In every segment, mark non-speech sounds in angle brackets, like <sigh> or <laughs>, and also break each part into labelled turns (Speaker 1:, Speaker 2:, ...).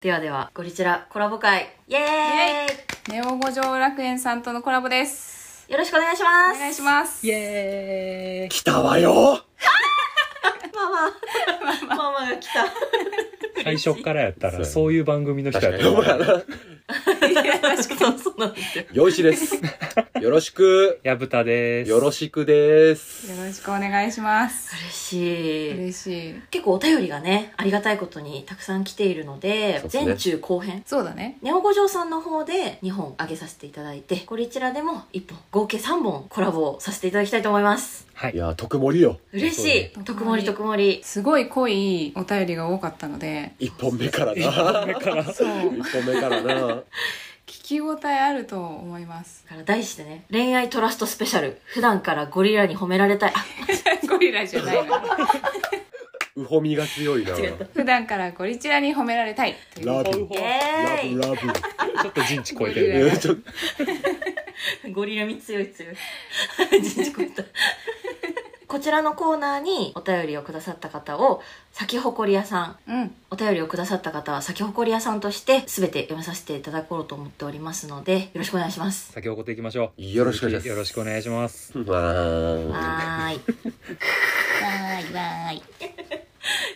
Speaker 1: ではでは、ゴリチラコラボ会、イエーイ
Speaker 2: ネオ五条楽園さんとのコラボです。
Speaker 1: よろしくお願いしま
Speaker 2: お
Speaker 1: す
Speaker 2: 願いします。
Speaker 3: イエーイ
Speaker 4: 来たわよ
Speaker 1: すママが来 <laughs> た。
Speaker 3: 最初からやった
Speaker 4: そ
Speaker 3: ら
Speaker 4: うやね
Speaker 3: そういう番組の人やった
Speaker 4: 確かに
Speaker 3: ら
Speaker 1: <laughs> そうそうなんですよ。
Speaker 4: よいしです。よろしく。
Speaker 3: 矢蓋です
Speaker 4: よろしくです。
Speaker 2: よろしくお願いします。
Speaker 1: 嬉しい。
Speaker 2: 嬉しい。
Speaker 1: 結構お便りがね、ありがたいことにたくさん来ているので、
Speaker 4: そうですね
Speaker 1: 前中後編。
Speaker 2: そうだね。
Speaker 1: ネオ五条さんの方で2本上げさせていただいて、ゴリチラでも1本、合計3本コラボをさせていただきたいと思います。
Speaker 3: はい
Speaker 4: いやー、特盛りよ。
Speaker 1: 嬉しい。
Speaker 2: そうね
Speaker 1: 特盛り特盛り。
Speaker 2: すごい濃いお便りが多かったので、
Speaker 4: 一本目からな。
Speaker 3: だから
Speaker 2: そう、聞
Speaker 4: 一本目からな。
Speaker 2: き応えあると思い
Speaker 1: <laughs>
Speaker 2: ます。
Speaker 1: だから題してね、恋愛トラストスペシャル。普段からゴリラに褒められたい。あ
Speaker 2: ゴリラじゃないの。
Speaker 4: うほみが強いな。
Speaker 1: 違った
Speaker 2: 普段からゴリチラに褒められたいという
Speaker 4: ラブ。
Speaker 3: ち
Speaker 4: ラ
Speaker 1: イエ
Speaker 4: ブ
Speaker 1: ー
Speaker 4: ラブ。
Speaker 3: ょっと陣地超えて
Speaker 2: ゴリ
Speaker 3: る
Speaker 2: ラ
Speaker 4: えーちょっと
Speaker 1: イ <laughs> ゴリラみ強い <laughs> 強い。人事こいた。こちらのコーナーにお便りをくださった方を、咲き誇り屋さん、
Speaker 2: うん。
Speaker 1: お便りをくださった方は咲き誇り屋さんとして全て読めさせていただこうと思っておりますので、よろしくお願いします。
Speaker 3: 先送っていきましょう
Speaker 4: よろしくお願いします
Speaker 3: よろしくお願いします
Speaker 4: わー
Speaker 1: はーい。
Speaker 2: わーいわーい。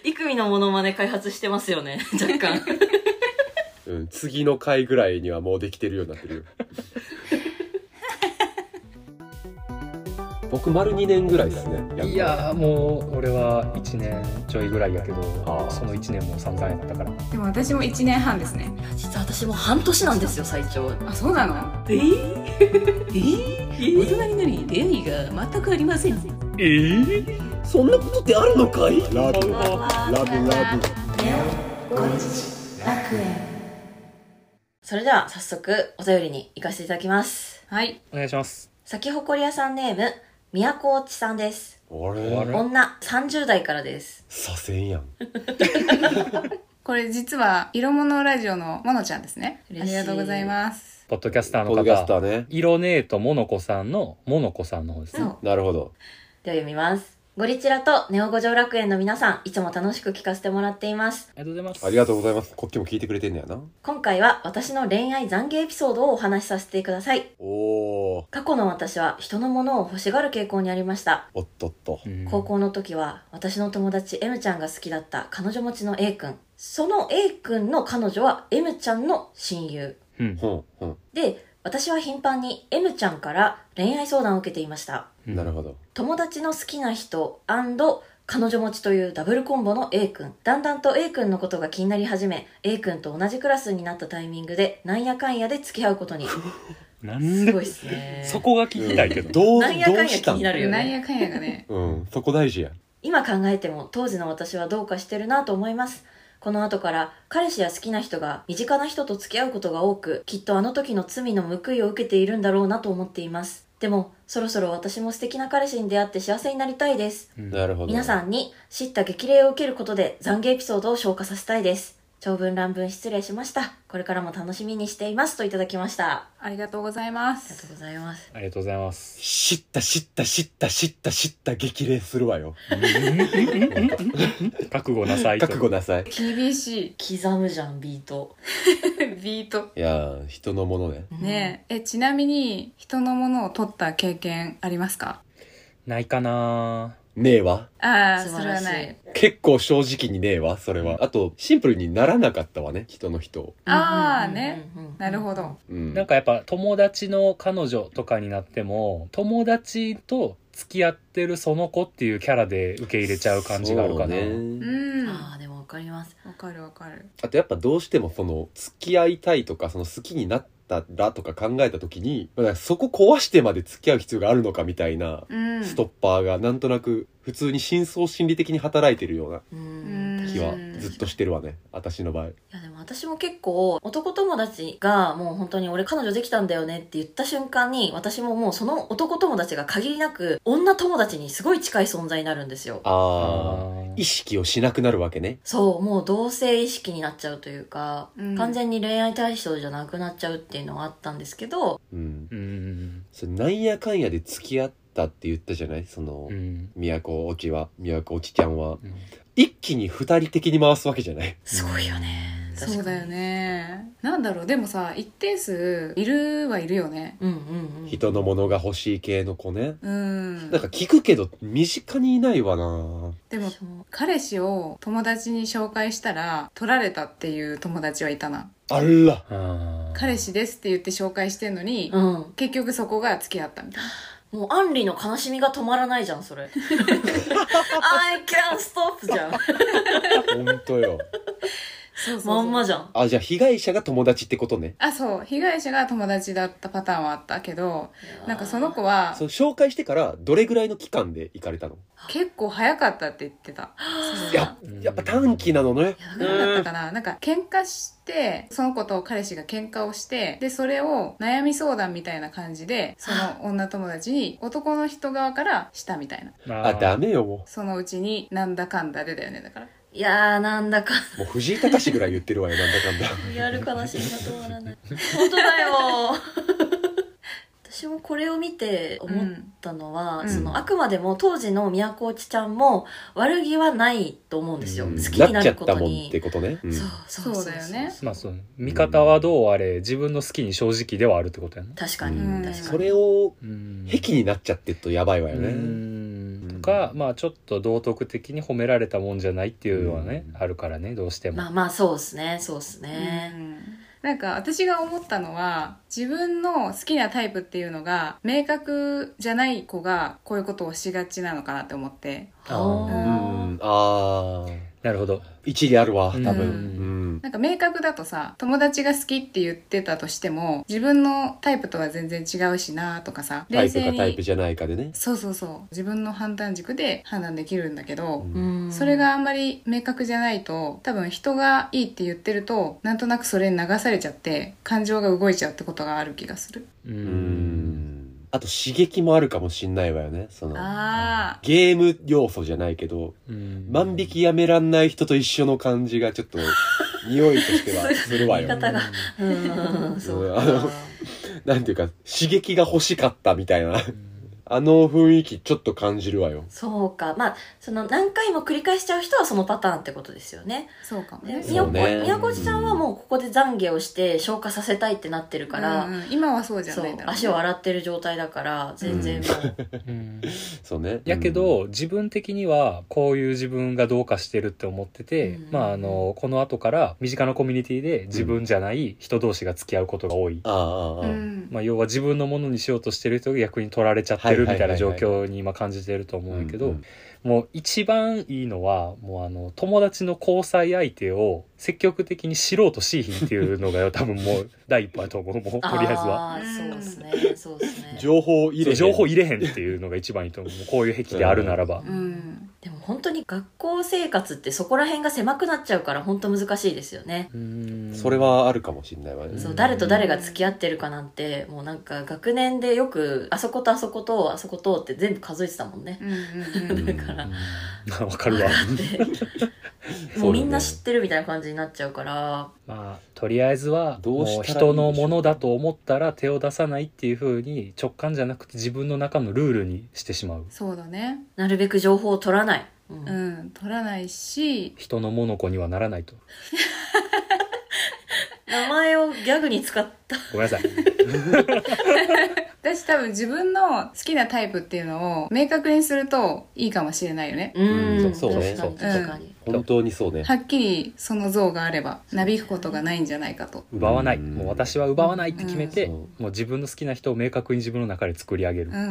Speaker 1: イクミのモノマネ開発してますよね若干
Speaker 4: うん、次の回ぐらいにはもうできてるようになってるよ。僕丸2年ぐらいですね。
Speaker 3: いやーもう俺は1年ちょいぐらいやけど
Speaker 4: あー
Speaker 3: その1年も散々やったから
Speaker 2: でも私も1年半ですね。
Speaker 1: <laughs> 実は私もう半年なんですよ最長
Speaker 2: あ、そうなの
Speaker 1: えー、
Speaker 5: えー、大人になり出会いが全くありません
Speaker 3: ええ
Speaker 4: そんなことってあるのかいラブ、ラブ、ラブ。
Speaker 1: それでは早速お便りに行かせていただきます
Speaker 2: はい。
Speaker 3: お願いします
Speaker 1: 咲き誇り屋さんネーム宮古落ちさんです
Speaker 4: あ
Speaker 3: あれ
Speaker 4: れ
Speaker 1: 女30代からです
Speaker 4: 左遷やん。
Speaker 2: これ実は、色物ラジオのモノちゃんですね。あ
Speaker 1: 嬉し
Speaker 2: り
Speaker 1: い
Speaker 2: がとうございます。
Speaker 3: ポッドキャスターの
Speaker 4: ポッドキャスタ
Speaker 3: 方
Speaker 4: ーね。
Speaker 3: 色ねえとモノコさんのモノコさんの方ですね、
Speaker 1: そう
Speaker 4: なるほど。
Speaker 1: では読みますゴリチラとネオ五条楽園の皆さんいつも楽しく聞かせてもらっています
Speaker 3: ありがとうございます
Speaker 4: ありがとうございます。こっちも聞いてくれてんねやな。
Speaker 1: 今回は私の恋愛懺悔エピソードをお話しさせてください
Speaker 4: おー、
Speaker 1: 過去の私は人のものを欲しがる傾向にありました
Speaker 4: おっとっと。
Speaker 3: うん
Speaker 1: 高校の時は私の友達 M ちゃんが好きだった彼女持ちの A 君その A 君の彼女は M ちゃんの親友
Speaker 3: うん
Speaker 4: ほん、ほん。
Speaker 1: で私は頻繁に M ちゃんから恋愛相談を受けていました
Speaker 3: うん
Speaker 4: なるほど。
Speaker 1: 友達の好きな人彼女持ちというダブルコンボの A 君だんだんと A 君のことが気になり始め A 君と同じクラスになったタイミングでなんやかんやで付き合う
Speaker 3: <laughs>
Speaker 1: ことに
Speaker 3: なん
Speaker 1: す
Speaker 3: で
Speaker 1: ごいっすね
Speaker 3: そこが聞きたいけど、
Speaker 4: どう、ど
Speaker 1: な
Speaker 4: うん
Speaker 1: やかんや
Speaker 4: した
Speaker 1: 気
Speaker 4: ん
Speaker 1: になるよ
Speaker 2: なん
Speaker 1: ね
Speaker 2: やかんやがね。
Speaker 4: うん、そこ大事や。
Speaker 1: 今考えても当時の私はどうかしてるなと思いますこの後から彼氏や好きな人が身近な人と付き合うことが多くきっとあの時の罪の報いを受けているんだろうなと思っていますでもそろそろ私も素敵な彼氏に出会って幸せになりたいです
Speaker 3: うん
Speaker 4: なるほど。
Speaker 1: 皆さんに知った激励を受けることで懺悔エピソードを消化させたいです長文乱文失礼しましたこれからも楽しみにしていますといただきました
Speaker 2: ありがとうございま
Speaker 1: ありがとう
Speaker 2: す。
Speaker 1: ございます
Speaker 3: ありがとうございます
Speaker 4: 知った知った知った知った知った激励するわよ。
Speaker 3: 覚悟なさいと
Speaker 4: 覚悟なさい。
Speaker 2: 厳し
Speaker 1: 刻むじゃんビート
Speaker 2: い。ビート。
Speaker 4: いやー、人のものね。
Speaker 2: ねええちなみに人のものを取った経験ありますか
Speaker 3: ないかな
Speaker 4: ねえわ。
Speaker 2: ああ
Speaker 1: 素
Speaker 2: そ
Speaker 1: 晴
Speaker 2: れ
Speaker 1: ら
Speaker 2: は
Speaker 1: しい
Speaker 2: ない
Speaker 4: 結構正直にねえわ、それは。あと、シンプルにならなかったわね、人の人を。
Speaker 2: ああねなるほど
Speaker 4: うん。
Speaker 3: なんかやっぱ友達の彼女とかになっても友達と付き合ってるその子っていうキャラで受け入れちゃう感じがあるかな、
Speaker 4: そ
Speaker 2: う
Speaker 4: うね。
Speaker 2: ん
Speaker 1: あ
Speaker 2: わ
Speaker 1: あでもわかります
Speaker 2: かるわかる
Speaker 4: あとやっぱどうしてもその、付き合いたいとか、その好きになったらとか考えた時に、まあそこ壊してまで付き合う必要があるのかみたいな
Speaker 2: うん
Speaker 4: ストッパーがなんとなく普通に深層心理的に働いてるような
Speaker 1: う
Speaker 2: うんん
Speaker 4: 気はずっとしてるわね私の場合
Speaker 1: いやでも私も結構男友達がもう本当に俺彼女できたんだよねって言った瞬間に私ももうその男友達が限りなく女友達にすごい近い存在になるんですよ。
Speaker 4: ああ
Speaker 3: ー
Speaker 4: 意識をしなくなるわけね
Speaker 1: そう、もう同性意識になっちゃうというか、
Speaker 2: うん
Speaker 1: 完全に恋愛対象じゃなくなっちゃうっていうのはあったんですけど、
Speaker 4: うん
Speaker 3: うん
Speaker 4: それなんやかんやで付き合ったって言ったじゃないその、
Speaker 3: うん
Speaker 4: 都落ちは都落ちちゃんは
Speaker 3: うん
Speaker 4: 一気に二人的に回すわけじゃない
Speaker 1: すごいよね。
Speaker 3: ね
Speaker 1: 確かに
Speaker 2: そうだよねなんだろうでもさ一定数いるはいるよね
Speaker 1: うんうんうん
Speaker 4: 人のものが欲しい系の子ね。
Speaker 2: うん
Speaker 4: なんか聞くけど、身近にいないわな
Speaker 2: でも
Speaker 1: そう
Speaker 2: 彼氏を友達に紹介したら取られたっていう友達はいたな
Speaker 4: あ
Speaker 3: あ
Speaker 4: ら
Speaker 3: ー
Speaker 2: 彼氏ですって言って紹介してんのに、
Speaker 1: うん
Speaker 2: 結局そこが付き合ったみたいな
Speaker 1: もうアンリの悲しみが止まらないじゃん
Speaker 2: <laughs>
Speaker 1: それ <laughs> I can't stop じゃん
Speaker 4: 本当よ。
Speaker 2: そうそうそう
Speaker 1: まんまじゃん
Speaker 4: あ、じゃあ被害者が友達ってことね。
Speaker 2: あそう被害者が友達だったパターンはあったけどなんかその子は
Speaker 4: その紹介してからどれぐらいの期間で行かれたの
Speaker 2: 結構早かったって言ってた
Speaker 4: いや、やっぱ短期なのね。
Speaker 2: 何だったかななんか喧嘩してその子と彼氏が喧嘩をしてでそれを悩み相談みたいな感じでその女友達に男の人側からしたみたいな
Speaker 3: あ
Speaker 4: あ、ダメよ、も
Speaker 2: そのうちになんだかんだでだよねだから
Speaker 1: いやーなんだか
Speaker 4: う。もう藤井隆ぐらい言ってるわよ、なんだかんだ。
Speaker 1: リアル悲しみが止まらない本当
Speaker 4: <laughs>
Speaker 1: だよ私もこれを見て思ったのは、
Speaker 2: うん
Speaker 1: そ
Speaker 2: うん
Speaker 1: のあくまでも当時の宮古内ちゃんも悪気はないと思うんですよ、
Speaker 4: うん
Speaker 1: 好きにな
Speaker 4: なっちゃ
Speaker 1: る
Speaker 4: っ
Speaker 1: こ
Speaker 4: た
Speaker 1: と
Speaker 4: もん
Speaker 1: に
Speaker 4: ってことね。うん
Speaker 1: そうそう
Speaker 2: そうだよね
Speaker 3: まあそう見方はどうあれ自分の好きに正直ではあるってことやな、
Speaker 1: 確かに、
Speaker 2: うん
Speaker 1: 確かに
Speaker 4: それを、
Speaker 3: うん
Speaker 4: 癖になっちゃってるとやばいわよ
Speaker 3: う
Speaker 4: ね。
Speaker 3: んとか、まあちょっと道徳的に褒められたもんじゃないっていうのはね、
Speaker 4: うん
Speaker 3: あるからねどうしても、
Speaker 1: まあまあそうですねそうです
Speaker 2: う
Speaker 1: ね、
Speaker 2: んなんか私が思ったのは自分の好きなタイプっていうのが明確じゃない子がこういうことをしがちなのかなって思って
Speaker 3: あー
Speaker 4: う
Speaker 1: あ
Speaker 4: ん。あー。
Speaker 3: なるほど
Speaker 4: 一理あるわ、多分。
Speaker 2: う
Speaker 4: うん。
Speaker 2: なんか明確だとさ友達が好きって言ってたとしても自分のタイプとは全然違うしなとかさ
Speaker 4: タ
Speaker 2: 冷
Speaker 4: イプ
Speaker 2: 静
Speaker 4: かタイプ
Speaker 2: に
Speaker 4: じゃないかでね。
Speaker 2: そうそうそう自分の判断軸で判断できるんだけど、
Speaker 1: ーうん
Speaker 2: それがあんまり明確じゃないと多分人がいいって言ってるとなんとなくそれに流されちゃって感情が動いちゃうってことがある気がする
Speaker 3: う
Speaker 4: うんん。あと刺激もあるかもしんないわよね。その、
Speaker 2: ああ
Speaker 4: ゲーム要素じゃないけど、万引きやめらんない人と一緒の感じがちょっと、匂いとしてはするわ
Speaker 1: 言
Speaker 4: よ
Speaker 1: い。方が
Speaker 4: <laughs>
Speaker 1: うんそうか
Speaker 4: うんなんていうか、刺激が欲しかったみたいな。あの雰囲気ちょっと感じるわよ。
Speaker 1: そうかまあその何回も繰り返しちゃう人はそのパターンってことですよね
Speaker 2: そうかも
Speaker 1: ね
Speaker 2: ね
Speaker 4: そう
Speaker 1: 宮古
Speaker 4: ね
Speaker 1: 宮古さんはもうここで懺悔をして消化させたいってなってるから、
Speaker 2: うんうん今はそうじゃ
Speaker 1: そ
Speaker 2: な
Speaker 1: う
Speaker 2: いんだろうね
Speaker 1: 足を洗ってる状態だから全然もう、
Speaker 4: そうね。
Speaker 3: やけど、自分的にはこういう自分がどうかしてるって思ってて、
Speaker 1: うん
Speaker 3: まああのこの後から身近なコミュニティで自分じゃない人同士が付き合うことが多い、
Speaker 4: ああ、ああ、
Speaker 2: う
Speaker 4: ああ。
Speaker 2: ん
Speaker 3: まあ、要は自分のものにしようとしてる人が逆に取られちゃってるみたいな状況に今感じてると思うんやけど、
Speaker 4: うん
Speaker 3: もう一番いいのはもうあの友達の交際相手を積極的に知ろうとしいひんっていうのが多分もう第一歩やと思うもうとりあえずは。
Speaker 1: あーそう
Speaker 2: うん
Speaker 1: ですねそうですね
Speaker 4: 情報を入
Speaker 3: そう
Speaker 4: れ
Speaker 3: 情報
Speaker 4: 入
Speaker 3: 入れへんっていうのが一番いいと思 <laughs> うもうこういう癖であるならば、
Speaker 2: うん
Speaker 1: でも本当に学校生活ってそこら辺が狭くなっちゃうから本当難しいですよね、
Speaker 3: うん
Speaker 4: それはあるかもしれないわね。
Speaker 1: そう誰と誰が付き合ってるかなんてもうなんか学年でよくあそことあそことあそことって全部数えてたもんね
Speaker 2: うんうんうん
Speaker 4: うん
Speaker 1: だから
Speaker 3: うん <laughs> わかるわ
Speaker 1: でもうみんな知ってるみたいな感じになっちゃうから
Speaker 3: <laughs> まあとりあえずは
Speaker 4: どう
Speaker 3: も
Speaker 4: したらいい
Speaker 3: うん
Speaker 4: でしょう
Speaker 3: 人のものだと思ったら手を出さないっていうふうに直感じゃなくて自分の中のルールにしてしまう
Speaker 2: そうだね
Speaker 1: なるべく情報を取らない、うん
Speaker 2: うん取らないし
Speaker 3: 人のモノコにはならないと
Speaker 1: 名前をギャグに使った
Speaker 3: ごめんなさ <laughs> い
Speaker 2: 私多分自分の好きなタイプっていうのを明確にするといいかもしれないよね、
Speaker 1: うんん
Speaker 4: そうね
Speaker 1: 確かに
Speaker 2: そう
Speaker 1: 確かに、
Speaker 4: 本当にそうね。
Speaker 2: はっきりその像があればなびくことがないんじゃないかと
Speaker 3: 奪わない
Speaker 4: うん
Speaker 3: もう私は奪わないって決めて
Speaker 4: うん
Speaker 3: もう自分の好きな人を明確に自分の中で作り上げる
Speaker 2: う
Speaker 1: うんんうんう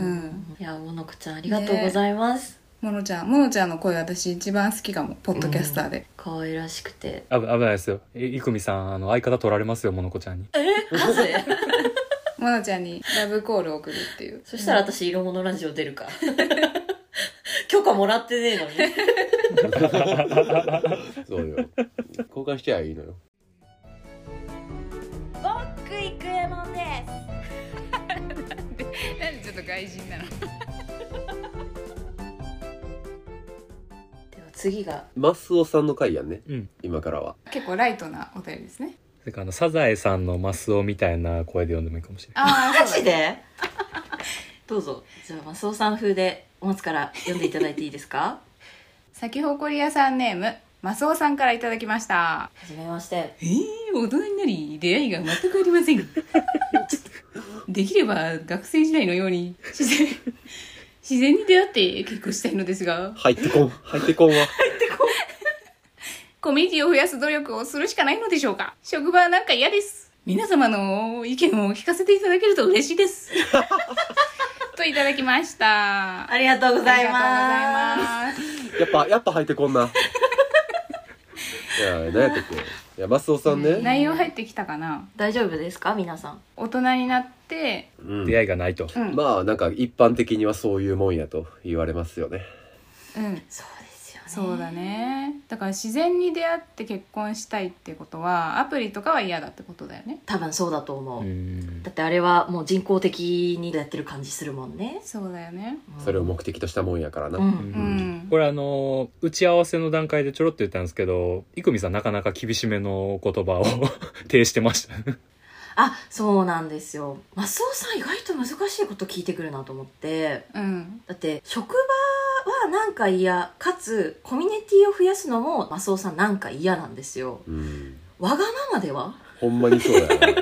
Speaker 1: んいやものこちゃんありがとうございます、
Speaker 2: ものちゃんものちゃんの声私一番好きかもポッドキャスターで、
Speaker 1: 可愛らしくて
Speaker 3: 危危ないですよえいくみさんあの相方取られますよモノコちゃんに
Speaker 1: なぜ
Speaker 2: ものちゃんにラブコールを送るってい
Speaker 1: <laughs>
Speaker 2: う
Speaker 1: そしたら私色物ラジオ出るか許可もらってねえのに
Speaker 4: そうよ。交換しちゃえばいいのよ。
Speaker 1: 僕イクエモンです
Speaker 2: なんでちょっと外人なの
Speaker 1: では次が
Speaker 4: マスオさんの回やんね。
Speaker 3: うん
Speaker 4: 今からは。
Speaker 2: 結構ライトなお便りですね
Speaker 3: それからあのサザエさんのマスオみたいな声で読んでもいいかもしれない
Speaker 2: ああ
Speaker 1: マジ
Speaker 2: <laughs>
Speaker 1: でどうぞじゃあマスオさん風でお松から読んでいただいていいですか
Speaker 2: 咲き誇り屋さんネームマスオさんからいただきました
Speaker 1: はじめまして。
Speaker 5: えー、大人になり出会いが全くありませんできれば学生時代のように自然自然に出会って結婚したいのですが
Speaker 4: 入ってこん入ってこんわ
Speaker 2: コミュニティを増やす努力をするしかないのでしょうか職場はなんか嫌です
Speaker 5: 皆様の意見を聞かせていただけると嬉しいです
Speaker 2: といただきました
Speaker 1: ありがとうございます。
Speaker 2: ありがとうございます
Speaker 4: やっぱやっぱ入ってこんないや何やったっけいやマスオさんね、
Speaker 2: 内容入ってきたかな
Speaker 1: 大丈夫ですか皆さん。
Speaker 2: 大人になって
Speaker 4: うん
Speaker 3: 出会いがないと。
Speaker 2: うん、
Speaker 4: まあなんか一般的にはそういうもんやと言われますよね
Speaker 2: うん、
Speaker 1: そうですよね。
Speaker 2: そうだ。ねだから自然に出会って結婚したいってことはアプリとかは嫌だってことだよね
Speaker 1: 多分そうだと思う。
Speaker 3: うん
Speaker 1: だってあれはもう人工的にやってる感じするもんね。
Speaker 2: そうだよね
Speaker 1: うん
Speaker 4: それを目的としたもんやからな、
Speaker 1: う。
Speaker 3: うん
Speaker 2: うん
Speaker 3: これあの打ち合わせの段階でちょろっと言ったんですけど生見さんなかなか厳しめのお言葉を <laughs> 呈してました <laughs>
Speaker 1: あ、そうなんですよ。マスオさん意外と難しいこと聞いてくるなと思って。
Speaker 2: うん
Speaker 1: だって職場はなんか嫌かつコミュニティを増やすのもマスオさんなんか嫌なんですよ
Speaker 4: うん、
Speaker 1: わがままでは
Speaker 4: ほんまにそうだよ、ね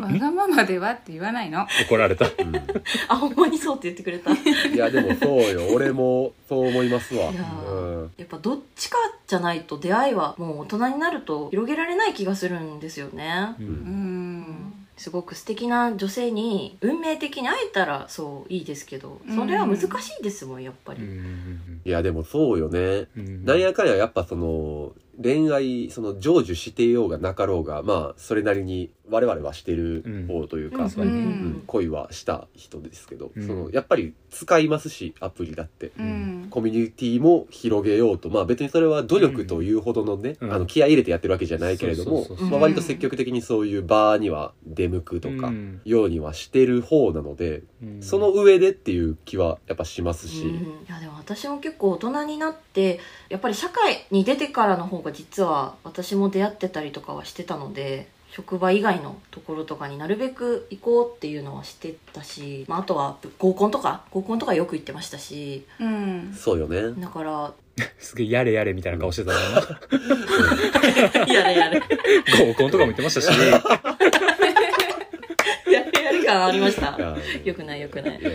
Speaker 2: わがままではって言わないの
Speaker 3: 怒られた
Speaker 4: う
Speaker 1: あほんまにそうって言ってくれたや
Speaker 4: ん、いやでもそうよ俺もそう思いますわ
Speaker 1: いやー
Speaker 4: うん
Speaker 1: っぱどっちかじゃないと出会いはもう大人になると広げられない気がするんですよね
Speaker 3: う
Speaker 2: うんん
Speaker 1: すごく素敵な女性に運命的に会えたらそういいですけどそれは難しいですもんやっぱ
Speaker 3: う
Speaker 1: り、
Speaker 3: ん
Speaker 4: いやでもそうよね
Speaker 3: うん
Speaker 4: なんやかんややっぱその恋愛その成就していようがなかろうがまあそれなりに我々はしてる方というか、
Speaker 1: うん
Speaker 3: そうね
Speaker 4: うん恋はした人ですけど、
Speaker 3: うん
Speaker 4: そのやっぱり使いますしアプリだって、
Speaker 2: うんうん
Speaker 4: コミュニティも広げようとまあ別にそれは努力というほどのね、
Speaker 3: うん
Speaker 4: あの気合い入れてやってるわけじゃないけれども
Speaker 3: そうそう
Speaker 1: そうそう
Speaker 4: まあ、割と積極的にそういう場には出向くとか。
Speaker 3: うん
Speaker 4: ようにはしてる方なので、
Speaker 3: うん
Speaker 4: その上でっていう気はやっぱしますし、
Speaker 1: うんいやでも私も結構大人になってやっぱり社会に出てからの方が実は私も出会ってたりとかはしてたので職場以外のところとかになるべく行こうっていうのはしてたし、まあ、あとは合コンとか合コンとかよく行ってましたし
Speaker 2: うん
Speaker 4: そうよね
Speaker 1: だから
Speaker 3: すげえやれやれみたいな顔してたな
Speaker 1: <laughs> やれ <laughs> やれ
Speaker 3: 合コンとかも言ってましたし
Speaker 1: やれやれ感ありました
Speaker 4: いや
Speaker 1: よくないよくない
Speaker 4: いや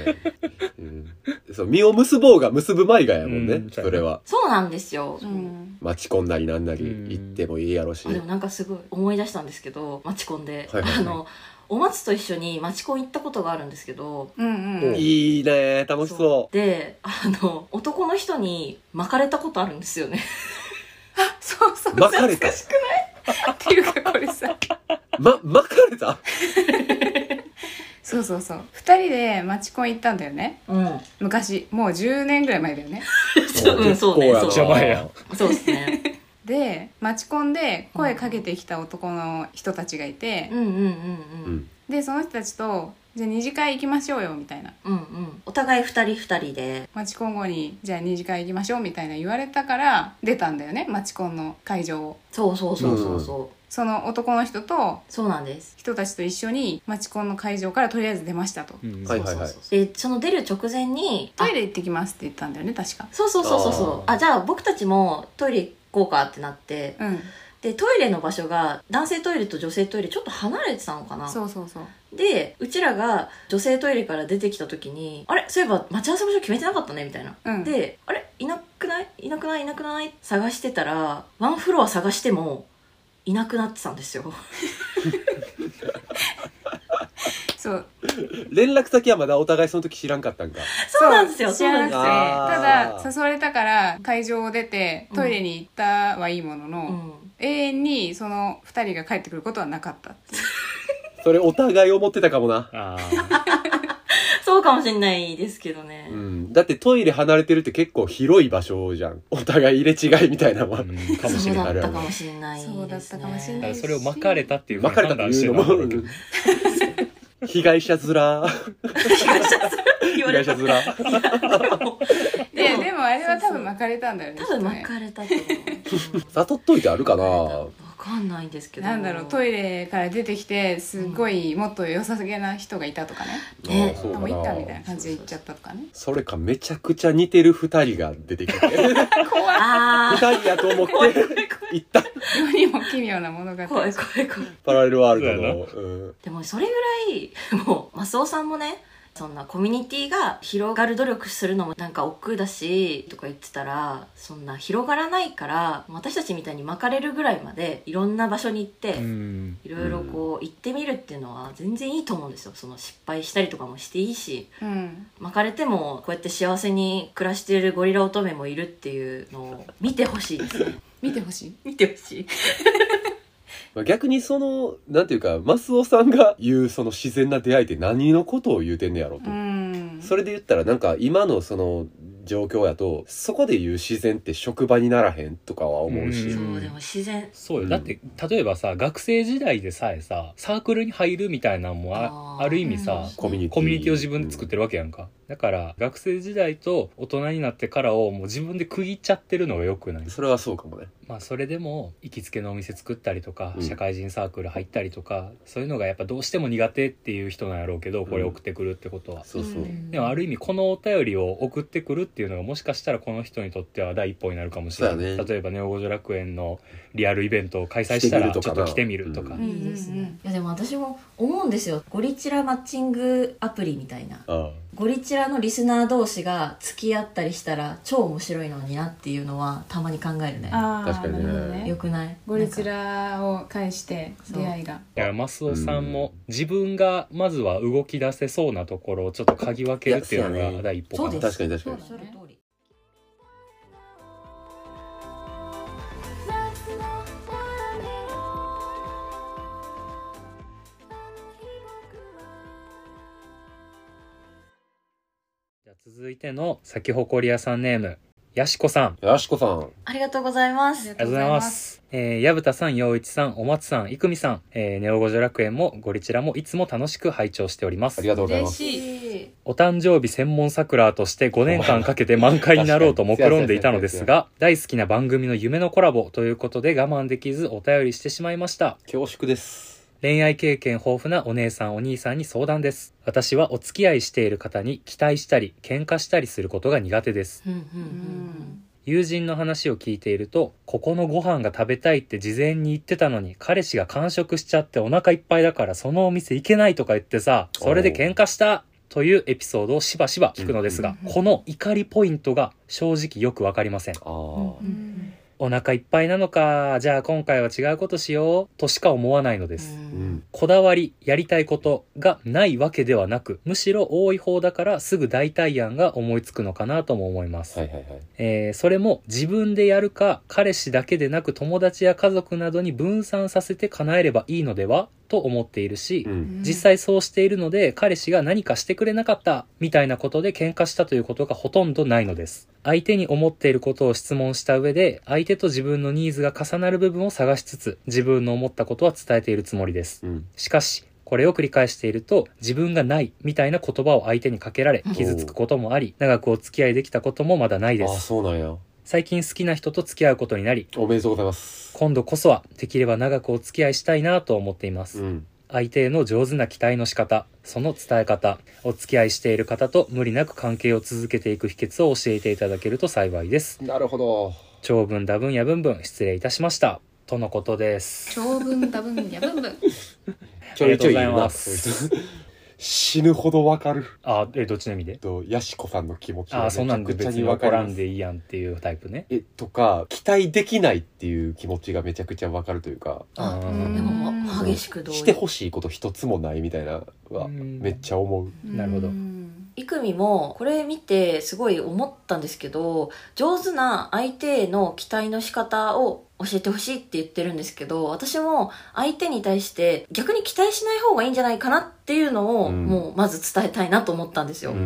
Speaker 4: うんそう身を結ぼうが結ぶまいがやもんね、
Speaker 3: うん
Speaker 4: それは
Speaker 1: そうなんですよ
Speaker 2: うん
Speaker 4: 待ち込んなりなんなり
Speaker 3: うん
Speaker 4: 行ってもいいやろし、
Speaker 1: あでもなんかすごい思い出したんですけど待ち込んで、
Speaker 4: はいはいは
Speaker 1: あ
Speaker 4: い
Speaker 1: のお松と一緒に待ち込ん行ったことがあるんですけど
Speaker 2: うん
Speaker 3: お
Speaker 2: うん
Speaker 4: いいね楽しそう
Speaker 1: であの男の人に巻かれたことあるんですよね
Speaker 2: そうそう
Speaker 4: 巻か
Speaker 2: 懐
Speaker 4: れた
Speaker 2: かしくないっていうかこれさ
Speaker 4: ま巻かれた
Speaker 2: そうそうそう二人で町コン行ったんだよね
Speaker 1: うん
Speaker 2: 昔もう10年ぐらい前だよね
Speaker 1: <laughs> そううんそうね
Speaker 4: 結構やな
Speaker 1: そう
Speaker 3: 邪魔や
Speaker 1: そうですね
Speaker 2: で町コンで声かけてきた男の人たちがいて
Speaker 1: うんうんうんう
Speaker 4: うんん
Speaker 2: でその人たちと「じゃあ二次会行きましょうよ」みたいな
Speaker 1: うんうんお互い二人二人で
Speaker 2: 町コン後に「じゃあ二次会行きましょう」みたいな言われたから出たんだよね町コンの会場を
Speaker 1: そうそうそうそうそう、
Speaker 2: その男の人と
Speaker 1: そうなんです
Speaker 2: 人たちと一緒に町コンの会場からとりあえず出ましたと
Speaker 3: うん
Speaker 4: はいはいは
Speaker 1: そう
Speaker 4: い
Speaker 1: そうそうでその出る直前に
Speaker 2: 「
Speaker 1: あ
Speaker 2: トイレ行ってきます」って言ったんだよね確か
Speaker 1: そうそうそうそうそう
Speaker 4: あ
Speaker 1: あ
Speaker 4: ー
Speaker 1: じゃあ僕たちもトイレ行こうかってなって
Speaker 2: うん
Speaker 1: でトイレの場所が男性トイレと女性トイレちょっと離れてたのかな
Speaker 2: そうそうそう
Speaker 1: でうちらが女性トイレから出てきた時に「あれそういえば待ち合わせ場所決めてなかったね」みたいな
Speaker 2: うん
Speaker 1: であれいなくないいなくないいなくない探してたらワンフロア探してもいなくなってたん
Speaker 2: <laughs>
Speaker 1: ですよ
Speaker 2: そう
Speaker 4: 連絡先はまだお互いその時知らんかったんか
Speaker 1: そうなんですよ
Speaker 2: 知らなくて
Speaker 1: そう
Speaker 4: なんですよ
Speaker 2: た
Speaker 4: あ
Speaker 2: だ
Speaker 4: ー
Speaker 2: 誘われたから会場を出てトイレに行ったはいいものの、
Speaker 1: うん
Speaker 2: 永遠にその2人が帰ってくることはなかったっていう
Speaker 4: それお互い思ってたかもな、
Speaker 3: あー
Speaker 1: そうかもしれないですけどね、
Speaker 4: うん、だってトイレ離れてるって結構広い場所じゃんお互い入れ違いみたいなもん、
Speaker 3: うんかも
Speaker 1: そ
Speaker 3: し
Speaker 1: うだ
Speaker 3: れない
Speaker 1: っ
Speaker 4: い
Speaker 1: たかもしれないです、ね、
Speaker 2: そうだったかもしれな
Speaker 3: だか
Speaker 2: い
Speaker 3: らそれを巻かれたっていう
Speaker 4: 巻かれた
Speaker 3: 判断
Speaker 4: とい
Speaker 3: して
Speaker 4: う
Speaker 3: た
Speaker 4: の
Speaker 3: んだろう
Speaker 4: も
Speaker 3: けど
Speaker 4: <laughs> 被害者 <laughs> 面
Speaker 1: 言
Speaker 4: 被
Speaker 1: われ
Speaker 4: 害
Speaker 1: た
Speaker 4: 者
Speaker 1: で
Speaker 4: 面
Speaker 1: も
Speaker 2: <laughs> ででもあれは多
Speaker 1: そう
Speaker 2: 分
Speaker 1: そう
Speaker 2: 巻かれたんだよね
Speaker 1: 多分
Speaker 2: きっと
Speaker 1: 巻
Speaker 2: ね
Speaker 4: <laughs>
Speaker 1: かれたと思う、うん
Speaker 4: 誘っといてあるかな
Speaker 1: わかんないんですけど
Speaker 2: なんだろうトイレから出てきてすっごいもっと良さげな人がいたとかね、
Speaker 1: ね
Speaker 4: あーそう
Speaker 2: あ
Speaker 4: か
Speaker 2: もういっかみたい
Speaker 4: な
Speaker 2: な感じで行っちゃったとかね
Speaker 4: それかめちゃくちゃ似てる二人が出てきて
Speaker 2: 怖い
Speaker 4: 二
Speaker 1: ああ
Speaker 4: 人やと思って行った
Speaker 2: 世にも奇妙な物語
Speaker 1: 怖い怖い怖い
Speaker 4: パラレルワールドの、うん、
Speaker 1: でもそれぐらいもうマスオさんもねそんなコミュニティが広がる努力するのもなんか億劫だしとか言ってたらそんな広がらないから私たちみたいに巻かれるぐらいまでいろんな場所に行って、
Speaker 3: うん
Speaker 1: いろいろこう行ってみるっていうのは全然いいと思うんですよその失敗したりとかもしていいし
Speaker 2: うん
Speaker 1: 巻かれてもこうやって幸せに暮らしているゴリラ乙女もいるっていうのを見てほしい
Speaker 3: <laughs>
Speaker 1: ですね
Speaker 2: 見てほしい
Speaker 1: 見てほしい
Speaker 4: まあ逆にそのなんていうかマスオさんが言うその自然な出会いって何のことを言うてんねやろと、
Speaker 2: うん
Speaker 4: それで言ったらなんか今のその状況やとそこで言う自然って職場にならへんとかは思うし、
Speaker 3: うん
Speaker 1: そうでも自然
Speaker 3: そう
Speaker 4: う
Speaker 3: よ
Speaker 4: ん
Speaker 3: だって例えばさ学生時代でさえさサークルに入るみたいなのもあ
Speaker 1: あー
Speaker 3: ある意味さ
Speaker 1: うん
Speaker 4: コミュニティ
Speaker 3: コミュニティを自分で作ってるわけやんか、だから学生時代と大人になってからをもう自分で区切っちゃってるのがよくない
Speaker 4: うんそれはそうかもね
Speaker 3: まあそれでも行きつけのお店作ったりとか、
Speaker 4: うん
Speaker 3: 社会人サークル入ったりとかそういうのがやっぱどうしても苦手っていう人なんやろうけどこれ送ってくるってことは、
Speaker 4: そうそう、
Speaker 5: うん
Speaker 3: でもある意味このお便りを送ってくるっていうのがもしかしたらこの人にとっては第一歩になるかもしれない、
Speaker 4: そうやね
Speaker 3: 例えばネオ五条楽園のリアルイベントを開催したらちょ
Speaker 4: 来てみると
Speaker 3: っ
Speaker 4: かな
Speaker 3: と来てみるとか
Speaker 2: うん
Speaker 1: いいですね、いやでも私も思うんですよゴリチラマッチングアプリみたいな
Speaker 4: あ
Speaker 1: ゴリチラのリスナー同士が付き合ったりしたら超面白いのになっていうのはたまに考えるね
Speaker 2: ああ
Speaker 4: 確かにね
Speaker 2: なるほど
Speaker 1: よ
Speaker 2: ね
Speaker 1: くない
Speaker 2: ゴリチ
Speaker 1: なんか
Speaker 2: ラを介して出会いが
Speaker 3: だからマスオさんも自分がまずは動き出せそうなところをちょっと嗅ぎ分けるっていう
Speaker 4: いやそうや
Speaker 3: の
Speaker 4: ね
Speaker 3: が第一歩
Speaker 1: そう
Speaker 3: か
Speaker 1: で
Speaker 3: な
Speaker 1: す
Speaker 4: 確かに確かに
Speaker 1: おっしゃる通り
Speaker 3: じゃあ続いての咲き誇り屋さんネームやしこさん
Speaker 4: やしこさん
Speaker 1: ありがとうございます
Speaker 3: ありがとうございます。えー、矢蓋さん、陽一さん、お松さん、いくみさん、えー、ネオ五条楽園もゴリチラもいつも楽しく拝聴しております
Speaker 4: あり。がとうございま
Speaker 5: 嬉
Speaker 4: す
Speaker 5: しい
Speaker 3: お誕生日専門桜として5年間かけて満開になろうと目論んでいたのですが、大好きな番組の夢のコラボということで我慢できずお便りしてしまいました。
Speaker 4: 恐縮です
Speaker 3: 恋愛経験豊富なお姉さんお兄さんに相談です。私はお付き合いしている方に期待したり、喧嘩したりすることが苦手です。
Speaker 1: うんうん
Speaker 2: う
Speaker 1: うん
Speaker 2: ん
Speaker 3: 友人の話を聞いているとここのご飯が食べたいって事前に言ってたのに彼氏が完食しちゃってお腹いっぱいだからそのお店行けないとか言ってさそれで喧嘩したというエピソードをしばしば聞くのですが、
Speaker 2: うんうん
Speaker 3: この怒りポイントが正直よくわかりません
Speaker 4: ああ、
Speaker 2: うんうん
Speaker 3: お腹いっぱいなのかじゃあ今回は違うことしようとしか思わないのです、
Speaker 4: う
Speaker 1: うんん、
Speaker 3: こだわりやりたいことがないわけではなくむしろ多い方だからすぐ代替案が思いつくのかなとも思います、
Speaker 4: はいはいはい
Speaker 3: えーそれも自分でやるか彼氏だけでなく友達や家族などに分散させて叶えればいいのではと思っているし
Speaker 4: う、ん
Speaker 3: 実際そうしているので彼氏が何かしてくれなかったみたいなことで喧嘩したということがほとんどないのです相手に思っていることを質問した上で相手と自分のニーズが重なる部分を探しつつ自分の思ったことは伝えているつもりです
Speaker 4: うん
Speaker 3: しかし、これを繰り返していると、自分がないみたいな言葉を相手にかけられ
Speaker 1: うん、
Speaker 3: 傷つくこともあり、長くお付き合いできたこともまだないで
Speaker 4: ああ
Speaker 3: す。
Speaker 4: そうなんや
Speaker 3: 最近好きな人と付き合うことになり、
Speaker 4: おめでとうございます
Speaker 3: 今度こそはできれば長くお付き合いしたいなと思っていま
Speaker 4: う
Speaker 3: す。
Speaker 4: ん
Speaker 3: 相手への上手な期待の仕方、その伝え方、お付き合いしている方と無理なく関係を続けていく秘訣を教えていただけると幸いです。
Speaker 4: なるほど
Speaker 3: 長文、多文や文文、失礼いたしました。とのことです。
Speaker 2: 長文多文や文文
Speaker 4: ちょいち
Speaker 3: ありがとう
Speaker 4: ょい言う
Speaker 3: ござい
Speaker 4: な
Speaker 3: ま
Speaker 4: そう
Speaker 3: す
Speaker 4: いう人死ぬほどわかる
Speaker 3: あ、え、どっちの意味で
Speaker 4: えっと、ヤシコさんの気持ち
Speaker 3: あ
Speaker 4: が
Speaker 3: あ、そんなんで
Speaker 4: めちゃ
Speaker 3: 別
Speaker 4: くちゃ
Speaker 3: に
Speaker 4: にわか
Speaker 3: 怒
Speaker 4: り
Speaker 3: ら
Speaker 4: ま
Speaker 3: ん
Speaker 4: す。
Speaker 3: でいいやんっていうタイプね。
Speaker 4: え、とか、期待できないっていう気持ちがめちゃくちゃわかるというか、
Speaker 1: あ
Speaker 3: う
Speaker 1: で
Speaker 3: ん
Speaker 1: もま激しく同
Speaker 4: して
Speaker 1: 意
Speaker 4: ほしいこと一つもないみたいなのは、
Speaker 3: うん
Speaker 4: めっちゃ思う。
Speaker 3: <laughs> なるほど
Speaker 2: うん
Speaker 1: いくみもこれ見てすごい思ったんですけど上手な相手への期待の仕方を教えてほしいって言ってるんですけど私も相手に対して逆に期待しない方がいいんじゃないかなっていうのを、
Speaker 4: うん
Speaker 1: もうまず伝えたいなと思ったんですよ、
Speaker 3: う
Speaker 4: うん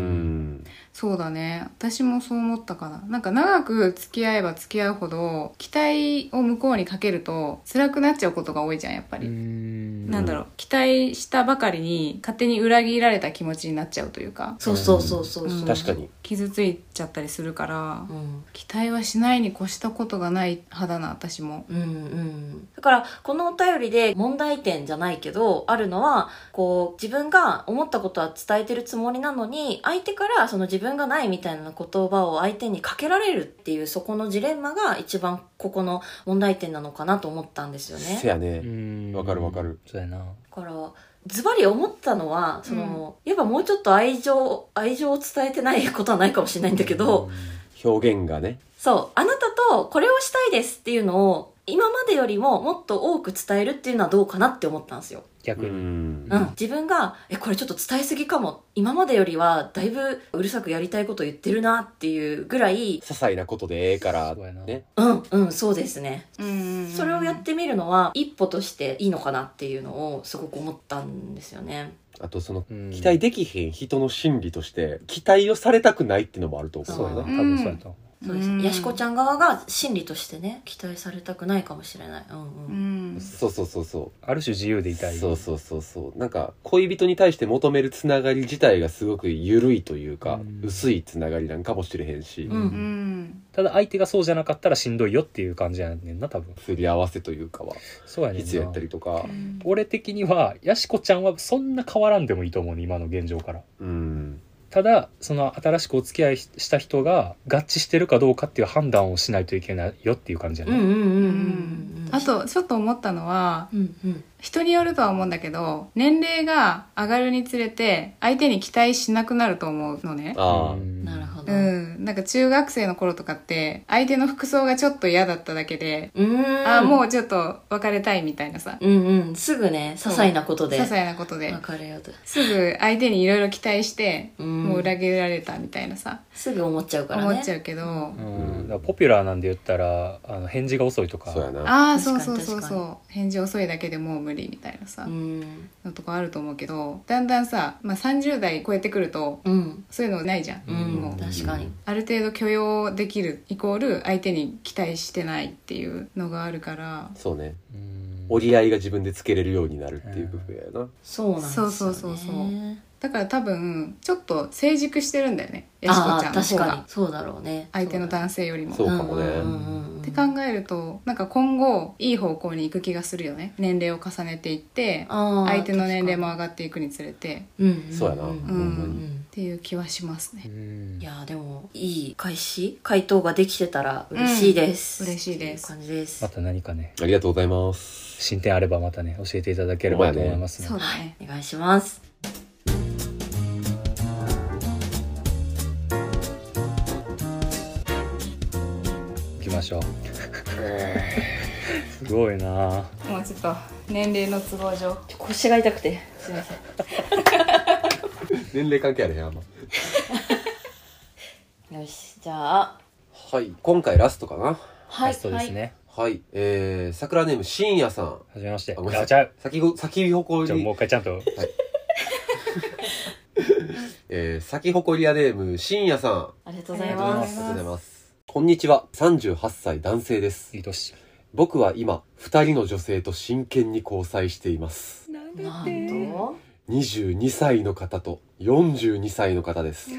Speaker 4: ん。
Speaker 2: そうだね私もそう思ったかななんか長く付き合えば付き合うほど期待を向こうにかけると辛くなっちゃうことが多いじゃんやっぱり、なんだろう期待したばかりに勝手に裏切られた気持ちになっちゃうというか
Speaker 1: そうそうそうそうそう
Speaker 2: うん
Speaker 4: 確かに。
Speaker 2: 傷ついちちゃったりするから
Speaker 1: うん
Speaker 2: 期待はしないに越したことがない派だな私も
Speaker 1: うんうん、だからこのお便りで問題点じゃないけどあるのはこう自分が思ったことは伝えてるつもりなのに相手からその自分がないみたいな言葉を相手にかけられるっていうそこのジレンマが一番ここの問題点なのかなと思ったんですよね。
Speaker 4: せやね、
Speaker 3: ん
Speaker 4: わかるわかる
Speaker 3: そうやな
Speaker 1: だからズバリ思ったのはその、やっぱもうちょっと愛情愛情を伝えてないことはないかもしれないんだけど、
Speaker 4: 表現がね
Speaker 1: そう、あなたとこれをしたいですっていうのを、今までよりももっと多く伝えるっていうのはどうかなって思ったんですよ。
Speaker 3: 逆に、
Speaker 4: ん
Speaker 1: うん
Speaker 3: うん
Speaker 1: ん。自分が、え、これちょっと伝えすぎかも。今までよりはだいぶうるさくやりたいこと言ってるなっていうぐらい
Speaker 4: 些、細なことでええから
Speaker 3: そうやな
Speaker 4: ね
Speaker 1: うん、うん、そうですね。そ
Speaker 2: そ
Speaker 1: れをやってみるのは一歩としていいのかなっていうのをすごく思ったんですよね。
Speaker 4: あとその
Speaker 3: うん
Speaker 4: 期待できへん人の心理として期待をされたくないっていうのもあると思う
Speaker 3: そうやな多
Speaker 1: うん
Speaker 3: 分そうやと思う
Speaker 1: そうですね。やしこちゃん側が心理としてね、期待されたくないかもしれない。うんうん。
Speaker 2: うん
Speaker 4: そうそうそうそう
Speaker 3: ある種自由でいたい
Speaker 4: そうそうそうそうなんか恋人に対して求めるつながり自体がすごく緩いというか、
Speaker 3: うん
Speaker 4: 薄いつながりなんかもしれへんし、
Speaker 3: う
Speaker 2: うんん
Speaker 3: ただ相手がそうじゃなかったらしんどいよっていう感じやねんな多分
Speaker 4: すり合わせというかは
Speaker 3: そうやねんな
Speaker 4: 必要やったりとか
Speaker 3: 俺的にはやしこちゃんはそんな変わらんでもいいと思うね今の現状から
Speaker 4: うん
Speaker 3: ただその新しくお付き合いした人が合致してるかどうかっていう判断をしないといけないよっていう感じや
Speaker 1: うんうん
Speaker 3: ね、
Speaker 1: うんうん
Speaker 2: う
Speaker 1: うん
Speaker 2: ん。あ、とちょっと思ったのは
Speaker 1: うんうん。
Speaker 2: 人によるとは思うんだけど年齢が上がるにつれて相手に期待しなくなると思うのね
Speaker 4: ああ、
Speaker 1: なるほど。
Speaker 2: うん、なんか中学生の頃とかって相手の服装がちょっと嫌だっただけで、
Speaker 1: うん
Speaker 2: ああもうちょっと別れたいみたいなさ
Speaker 1: うんうんすぐね些細なこと
Speaker 2: 些
Speaker 1: で
Speaker 2: 細なことで
Speaker 1: 別れようと、
Speaker 2: すぐ相手にいろいろ期待して、
Speaker 1: うん
Speaker 2: もう裏切られたみたいなさ
Speaker 1: すぐ思っちゃうからね
Speaker 2: 思っちゃうけど、
Speaker 3: うんだからポピュラーなんで言ったらあの返事が遅いとか
Speaker 4: そうや
Speaker 2: あ
Speaker 4: な
Speaker 2: あそ
Speaker 1: 確
Speaker 2: う
Speaker 1: かに
Speaker 2: そうそう
Speaker 1: 確
Speaker 2: そう返事遅いだけでもう無理みたいなさ、
Speaker 1: うん
Speaker 2: のとこあると思うけどだんだんさ、まあ、30代超えてくると
Speaker 1: うん、
Speaker 2: そういうのないじゃん、
Speaker 1: う、
Speaker 2: もうん
Speaker 1: 確かに
Speaker 2: ある程度許容できるイコール相手に期待してないっていうのがあるから
Speaker 4: そうね
Speaker 3: うん
Speaker 4: 折り合いが自分でつけれるようになるっていう部分やな、
Speaker 1: そうなんですよ、ね、
Speaker 2: そうそうそうそうだから多分ちょっと成熟してるんだよねやしこ
Speaker 1: あ
Speaker 2: ちゃ
Speaker 1: あ
Speaker 2: んの
Speaker 1: 確
Speaker 2: 方
Speaker 1: かに
Speaker 2: が
Speaker 1: そうだろうね
Speaker 2: 相手の男性よりも。
Speaker 4: そう
Speaker 2: っ
Speaker 4: かもね
Speaker 1: うんうんうん、
Speaker 2: て考えるとなんか今後いい方向に行く気がするよね年齢を重ねていって相
Speaker 1: 相
Speaker 2: 手の年齢も、上がっていくにつれて
Speaker 1: うんんん
Speaker 4: そうやな
Speaker 1: うん
Speaker 4: ほ
Speaker 2: んま
Speaker 1: う
Speaker 2: に
Speaker 1: ん
Speaker 2: っていう気はします
Speaker 3: う
Speaker 2: ね
Speaker 3: ん
Speaker 1: いやーでもいい開始回答ができてたら嬉しいです、
Speaker 2: うん嬉しいで
Speaker 1: っ
Speaker 2: す
Speaker 1: てう感じです、
Speaker 3: また何かね
Speaker 4: ありがとうございます
Speaker 3: 進展あればまたね教えていただければと思います
Speaker 2: そうだね
Speaker 1: お願いします
Speaker 3: 行きましょうすごいな
Speaker 2: もうちょっと年齢の都合上
Speaker 1: ちょ腰が痛くてすいません
Speaker 4: 年齢関係あるへんあんま
Speaker 1: よしじゃあ
Speaker 4: はい今回ラストかな
Speaker 1: はい
Speaker 3: ラストですね、
Speaker 4: はいえー、桜ネームしんやさんあ
Speaker 3: はじめまして
Speaker 4: ごめん
Speaker 3: あ
Speaker 4: な
Speaker 3: ちゃ
Speaker 4: さいう先ご先誇
Speaker 3: じゃあ
Speaker 4: り
Speaker 3: もう一回ちゃんと
Speaker 4: えー、先誇り屋ネームしんやさんあ
Speaker 1: はい、ありがとうござい
Speaker 2: ありがとうござい
Speaker 1: ま
Speaker 2: ます
Speaker 4: りがとうございますこんにちは38歳男性です
Speaker 3: いい年
Speaker 4: 僕は今2人の女性と真剣に交際しています
Speaker 1: なんと
Speaker 4: 22歳の方と42歳の方です、す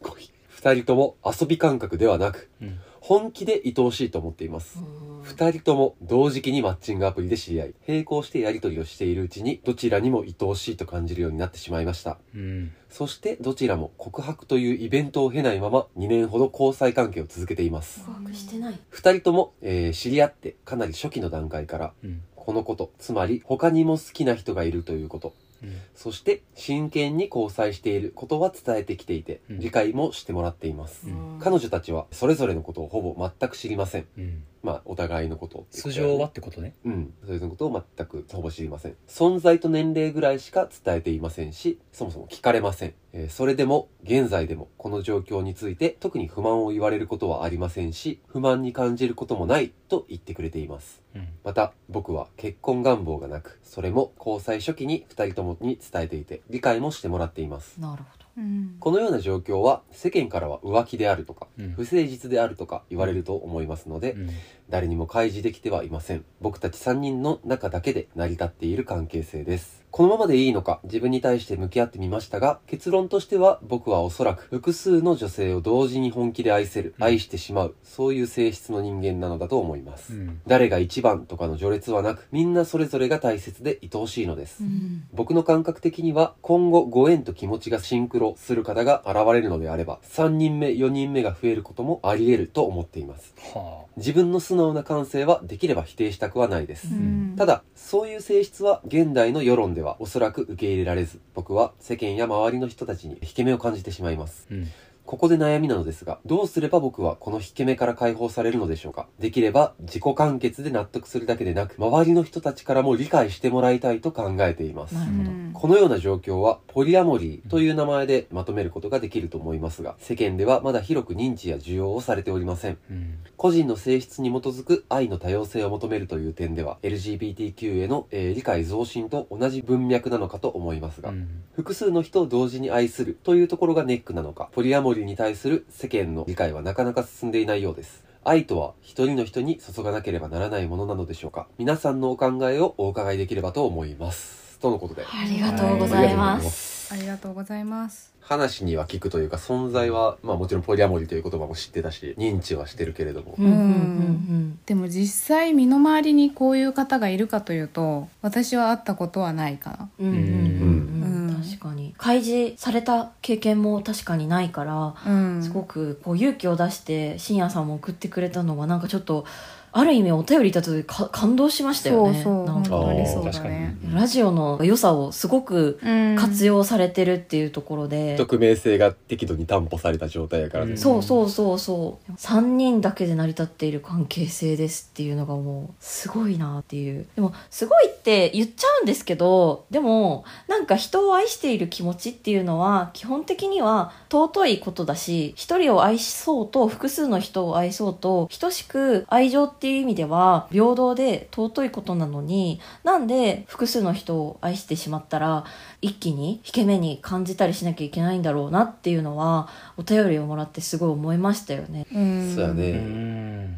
Speaker 4: ごい2人とも遊び感覚ではなく
Speaker 3: うん
Speaker 4: 本気で愛おしいと思っています、2人とも同時期にマッチングアプリで知り合い並行してやり取りをしているうちにどちらにも愛おしいと感じるようになってしまいました
Speaker 3: うん
Speaker 4: そしてどちらも告白というイベントを経ないまま2年ほど交際関係を続けています
Speaker 1: 告白してない
Speaker 4: 2人とも、えー知り合ってかなり初期の段階から
Speaker 3: うん
Speaker 4: このことつまり他にも好きな人がいるということ
Speaker 3: うん
Speaker 4: そして真剣に交際していることは伝えてきていて
Speaker 3: うん
Speaker 4: 理解もしてもらっています、
Speaker 3: うん
Speaker 4: 彼女たちはそれぞれのことをほぼ全く知りません
Speaker 3: うん
Speaker 4: まあお互いのこと
Speaker 3: 素性はってことね
Speaker 4: うんそれぞれのことを全くほぼ知りません存在と年齢ぐらいしか伝えていませんしそもそも聞かれません、えーそれでも現在でもこの状況について特に不満を言われることはありませんし不満に感じることもないと言ってくれています
Speaker 3: うん
Speaker 4: また僕は結婚願望がなくそれも交際初期に2人ともに伝えていて理解もしてもらっています
Speaker 1: なるほ
Speaker 2: うん
Speaker 4: このような状況は世間からは浮気であるとか
Speaker 3: うん
Speaker 4: 不誠実であるとか言われると思いますので、
Speaker 3: うん
Speaker 4: 誰にも開示できてはいません僕たち3人の中だけで成り立っている関係性ですこのままでいいのか自分に対して向き合ってみましたが結論としては僕はおそらく複数の女性を同時に本気で愛せる
Speaker 3: うん
Speaker 4: 愛してしまうそういう性質の人間なのだと思います、
Speaker 3: うん
Speaker 4: 誰が一番とかの序列はなくみんなそれぞれが大切で愛おしいのです、
Speaker 5: うん
Speaker 4: 僕の感覚的には今後ご縁と気持ちがシンクロする方が現れるのであれば3人目4人目が増えることもあり得ると思っています
Speaker 3: は
Speaker 4: 自分の素直な感性はできれば否定したくはないです、
Speaker 2: うん
Speaker 4: ただそういう性質は現代の世論ではおそらく受け入れられず僕は世間や周りの人たちに引け目を感じてしまいます
Speaker 3: あ、うん
Speaker 4: ここで悩みなのですがどうすれば僕はこの引け目から解放されるのでしょうかできれば自己完結で納得するだけでなく周りの人たちからも理解してもらいたいと考えています、
Speaker 5: なる
Speaker 2: う
Speaker 5: ほど
Speaker 2: ん
Speaker 4: このような状況はポリアモリーという名前でまとめることができると思いますが世間ではまだ広く認知や需要をされておりません
Speaker 3: うん
Speaker 4: 個人の性質に基づく愛の多様性を求めるという点では LGBTQ への、えー理解増進と同じ文脈なのかと思いますが、
Speaker 3: うん
Speaker 4: 複数の人を同時に愛するというところがネックなのかポリアモリーに対する世間の理解はなかなか進んでいないようです愛とは一人の人に注がなければならないものなのでしょうか皆さんのお考えをお伺いできればと思いますとのことで
Speaker 1: ありがとうございま。
Speaker 4: ありがとうございます
Speaker 2: ありがとうございます
Speaker 4: 話には聞くというか存在は、まあ、もちろんポリアモリーという言葉も知ってたし認知はしてるけれども、
Speaker 2: んうんうんでも実際身の回りにこういう方がいるかというと私は会ったことはないかな
Speaker 1: うんうんうんうん
Speaker 2: うん
Speaker 1: 確かに開示された経験も確かにないから、
Speaker 2: うん
Speaker 1: すごくこう勇気を出して深夜さんも送ってくれたのがなんかちょっとある意味お便りだとか感動しましたよね
Speaker 2: そうそう
Speaker 1: なん
Speaker 2: 本
Speaker 1: か
Speaker 2: 当にそうだね
Speaker 1: ラジオの良さをすごく活
Speaker 2: 用
Speaker 1: 用されてるっていうところで、
Speaker 4: 匿名性が適度に担保された状態やからね、
Speaker 3: うん
Speaker 1: そうそうそうそう3人だけで成り立っている関係性ですっていうのがもうすごいなっていうでもすごいって言っちゃうんですけどでもなんか人を愛している気持ちっていうのは基本的には尊いことだし一人を愛そうと複数の人を愛そうと等しく愛情っていう意味では平等で尊いことなのになんで複数の人を愛してしまったら一気に引け目に感じたりしなきゃいけないんだろうなっていうのはお便りをもらってすごい思いましたよね。
Speaker 2: うん
Speaker 4: そうや
Speaker 3: う
Speaker 4: ね
Speaker 3: ん
Speaker 4: う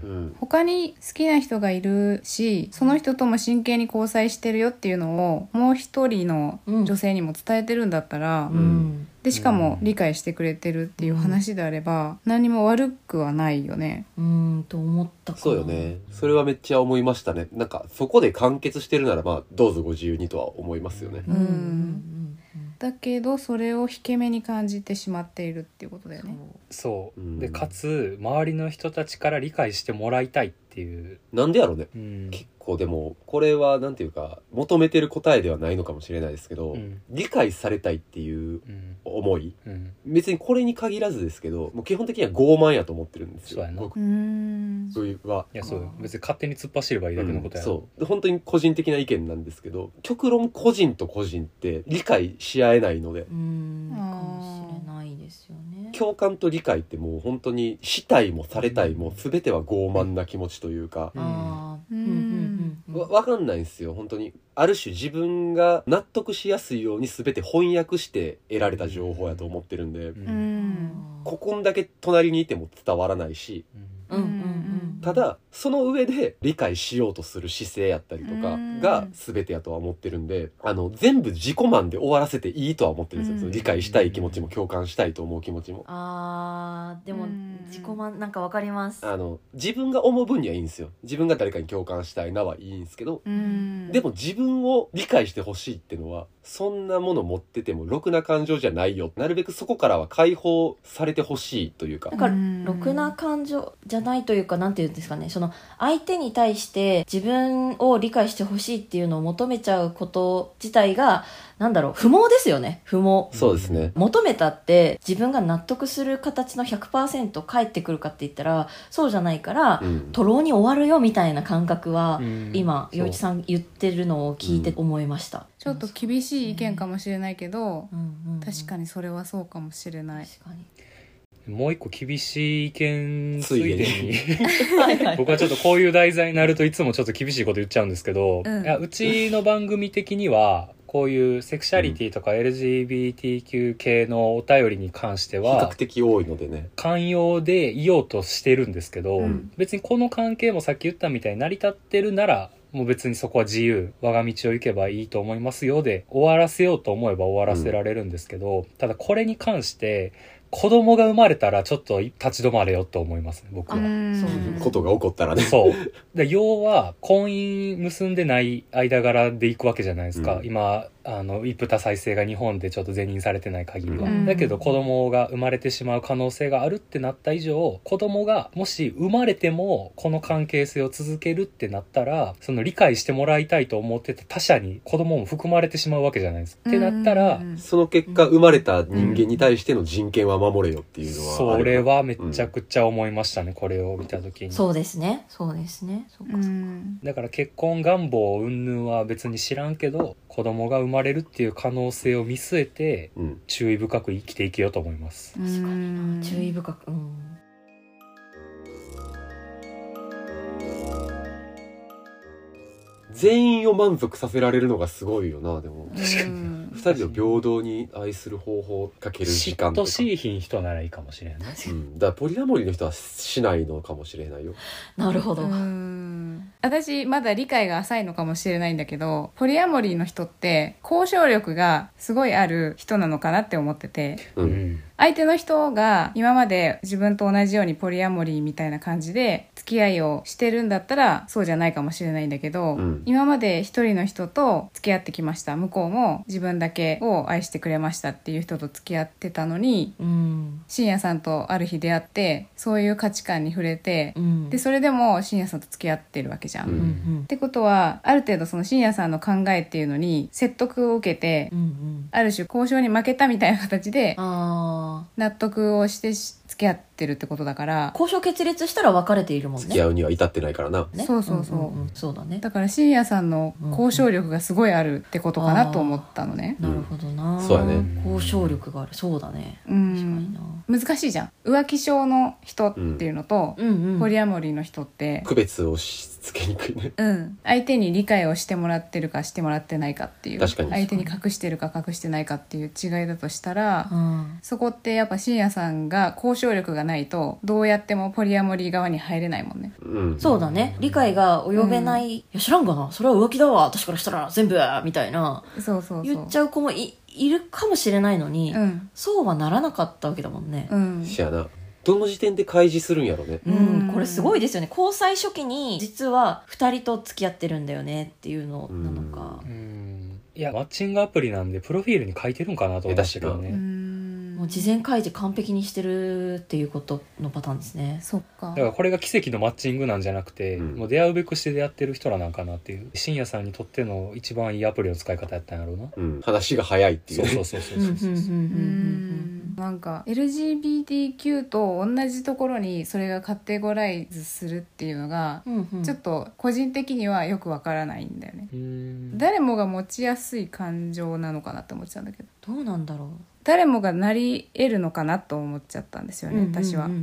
Speaker 4: ん
Speaker 2: 他に好きな人がいるしその人とも真剣に交際してるよっていうのをもう一人の女性にも伝えてるんだったら、
Speaker 1: うん、
Speaker 2: でしかも理解してくれてるっていう話であれば、何も悪くはないよね。
Speaker 1: うん、と思ったかな
Speaker 4: そうよ。ねそれはめっちゃ思いましたねなんかそこで完結してるならまあどうぞご自由にとは思いますよね
Speaker 1: うん、うん、
Speaker 2: だけどそれを引け目に感じてしまっているっていうことだよ
Speaker 1: うん
Speaker 2: ね。
Speaker 3: そう、
Speaker 4: うん
Speaker 3: でかつ周りの人たちから理解してもらいたいっていう、
Speaker 4: なんでやろうね
Speaker 3: うん
Speaker 4: 結構でもこれはなんていうか求めてる答えではないのかもしれないですけど、
Speaker 3: うん
Speaker 4: 理解されたいっていう
Speaker 3: うん
Speaker 4: 思い
Speaker 3: うん
Speaker 4: 別にこれに限らずですけどもう基本的には傲慢やと思ってるんです
Speaker 3: そう
Speaker 4: よ
Speaker 3: やな
Speaker 4: 僕
Speaker 2: うーん
Speaker 4: はい
Speaker 3: やそうよ別に勝手に突っ走ればいいだけのことや、
Speaker 4: うんそう本当に個人的な意見なんですけど極論個人と個人って理解し合えないので
Speaker 1: うん、
Speaker 2: あー
Speaker 1: かもしれないですよね。
Speaker 4: 共感と理解ってもう本当にしたいもされたいも全ては傲慢な気持ちというか、
Speaker 1: あー
Speaker 2: うん
Speaker 1: うんうん
Speaker 4: わわかんないんですよ本当にある種自分が納得しやすいように全て翻訳して得られた情報やと思ってるんで、
Speaker 3: う
Speaker 2: う
Speaker 3: うん
Speaker 2: ん
Speaker 4: ここんだけ隣にいても伝わらないし
Speaker 1: うんうんうん
Speaker 4: ただその上で理解しようとする姿勢やったりとか
Speaker 2: うん
Speaker 4: が全てやとは思ってるんであの全部自己満で終わらせていいとは思ってるんですよ、
Speaker 2: うん
Speaker 4: 理解したい気持ちも共感したいと思う気持ちも。
Speaker 1: あーでも
Speaker 2: うん
Speaker 1: 自己満なんかわかります。
Speaker 4: あの自分が思う分にはいいんですよ自分が誰かに共感したいなはいいんですけど
Speaker 2: うん
Speaker 4: でも自分を理解してほしいってのはそんなもの持っててもろくな感情じゃないよなるべくそこからは解放されてほしいというか
Speaker 1: なんか
Speaker 2: うん
Speaker 1: ろくな感情じゃないというかなんていうんですかねその相手に対して自分を理解してほしいっていうのを求めちゃうこと自体がなんだろう不毛ですよね不毛
Speaker 4: そうですね
Speaker 1: 求めたって自分が納得する形の100%返ってくるかって言ったらそうじゃないから
Speaker 4: うん
Speaker 1: 徒労に終わるよみたいな感覚は、
Speaker 3: うん
Speaker 1: 今
Speaker 3: そう
Speaker 1: 洋一さん言ってるのを聞いて思いました、
Speaker 2: ちょっと厳しい意見かもしれないけど、
Speaker 1: うんうん
Speaker 2: 確かにそれはそうかもしれない。
Speaker 1: 確かに
Speaker 3: もう一個厳しい意見ついで
Speaker 4: つい
Speaker 3: に
Speaker 4: で
Speaker 1: はいはい
Speaker 3: <laughs> 僕はちょっとこういう題材になるといつもちょっと厳しいこと言っちゃうんですけど、
Speaker 2: うん
Speaker 3: いやうちの番組的にはこういうセクシャリティとか LGBTQ 系のお便りに関して
Speaker 4: 比
Speaker 3: は
Speaker 4: 較、的多いのでね。
Speaker 3: 寛容でいようとしてるんですけど、
Speaker 2: うん
Speaker 3: 別にこの関係もさっき言ったみたいに成り立ってるなら、もう別にそこは自由、我が道を行けばいいと思いますよで、終わらせようと思えば終わらせられるんですけど、ただこれに関して、子供が生まれたらちょっと立ち止まれよと思いますね、僕は。
Speaker 1: そう
Speaker 4: ことが起こったらね。
Speaker 3: そう。 <laughs> で要は、婚姻結んでない間柄で行くわけじゃないですか。
Speaker 4: うん
Speaker 3: 今、あの、一夫多妻制が日本でちょっと是認されてない限りは。
Speaker 2: うん
Speaker 3: だけど、子供が生まれてしまう可能性があるってなった以上、子供がもし生まれても、この関係性を続けるってなったら、その理解してもらいたいと思ってた他者に子供も含まれてしまうわけじゃないですか。ってなったら、
Speaker 4: その結果、生まれた人間に対しての人権は守れよっていうのは。
Speaker 3: それ。はめちゃくちゃ思いましたね、これを見た時に。
Speaker 1: そうですねそうですねそうか、
Speaker 2: うん
Speaker 3: だから結婚願望云々は別に知らんけど子供が生まれるっていう可能性を見据えて
Speaker 4: うん。
Speaker 3: 注意深く生きていけようと思います
Speaker 1: 確かに
Speaker 2: うん
Speaker 1: な注意深くうん
Speaker 4: 全員を満足させられるのがすごいよな、でも。
Speaker 2: うん
Speaker 4: 二人を平等に愛する方法をかける時
Speaker 3: 嫉
Speaker 4: 間と
Speaker 3: 妬
Speaker 4: か。
Speaker 3: しいひん人ならいいかもしれない
Speaker 4: うん。だからポリアモリーの人はしないのかもしれないよ。
Speaker 1: なるほど、
Speaker 2: うん私まだ理解が浅いのかもしれないんだけどポリアモリーの人って交渉力がすごいある人なのかなって思ってて
Speaker 4: う。
Speaker 3: うんん
Speaker 2: 相手の人が今まで自分と同じようにポリアモリーみたいな感じで付き合いをしてるんだったらそうじゃないかもしれないんだけど、
Speaker 4: うん
Speaker 2: 今まで一人の人と付き合ってきました向こうも自分だけを愛してくれましたっていう人と付き合ってたのに
Speaker 1: うん
Speaker 2: 深夜さんとある日出会ってそういう価値観に触れて
Speaker 1: う、ん
Speaker 2: でそれでも深夜さんと付き合ってるわけじゃん。
Speaker 4: う
Speaker 1: うんんうん
Speaker 2: ってことはある程度その深夜さんの考えっていうのに説得を受けて、
Speaker 1: うんうん
Speaker 2: ある種交渉に負けたみたいな形で
Speaker 1: あ
Speaker 2: 納得をしてし付き合ってるってことだから
Speaker 1: あ交渉決裂したら別れているもんね
Speaker 4: 付き合うには至ってないからな。
Speaker 1: ね
Speaker 2: そうそうそうん
Speaker 1: んんそうだね
Speaker 2: だから深夜さんの交渉力がすごいあるってことかなと思ったのね、
Speaker 1: なるほどな、
Speaker 4: そうや
Speaker 3: ね
Speaker 1: 交渉力があるそうだね確
Speaker 2: う
Speaker 1: かに
Speaker 2: ん、
Speaker 1: な
Speaker 2: 難しいじゃん浮気症の人っていうのと、
Speaker 1: うんうん
Speaker 2: ポリアモリーの人って、
Speaker 4: 区別をしつけにくいね。
Speaker 2: うん、相手に理解をしてもらってるかしてもらってないかっていう
Speaker 4: 確かに
Speaker 2: 相手に隠してるか隠してないかっていう違いだとしたら、
Speaker 1: うん
Speaker 2: そこってやっぱ深夜さんが交渉力がないとどうやってもポリアモリー側に入れないもんね。
Speaker 4: うん。
Speaker 1: そうだね理解が及べない、いや知らんがなそれは浮気だわ私からしたら全部みたいな
Speaker 2: そうそうそう。
Speaker 1: 言っちゃう子もいいるかもしれないのに、
Speaker 2: うん。
Speaker 1: そうはならなかったわけだもんね、
Speaker 2: うん。
Speaker 4: しやな。どの時点で開示するんやろね。
Speaker 1: うん
Speaker 2: うん
Speaker 1: これすごいですよね交際初期に実は2人と付き合ってるんだよねっていうのなのか、
Speaker 3: うんいやマッチングアプリなんでプロフィールに書いてるんかなと思ってるよ
Speaker 2: う
Speaker 3: ね
Speaker 2: ん
Speaker 1: もう事前開示完璧にしてるっていうことのパターンですね
Speaker 2: そっか
Speaker 3: だからこれが奇跡のマッチングなんじゃなくて、
Speaker 4: うん
Speaker 3: もう出会うべくして出会ってる人らなんかなっていう深夜さんにとっての一番いいアプリの使い方やったんやろうな
Speaker 4: うん。話が早いっていう
Speaker 3: そう
Speaker 4: ね。
Speaker 3: そうそうそう
Speaker 1: うんうん
Speaker 3: そううん
Speaker 1: うんうんうん
Speaker 2: なんか LGBTQ と同じところにそれがカテゴライズするっていうのが、
Speaker 1: うんうん
Speaker 2: ちょっと個人的にはよくわからないんだよね、
Speaker 3: うん
Speaker 2: 誰もが持ちやすい感情なのかなって思っちゃうんだけど
Speaker 1: どうなんだろ
Speaker 2: 誰もがなり得るのかなと思っちゃったんです
Speaker 1: う
Speaker 2: よね、私は
Speaker 1: うんうん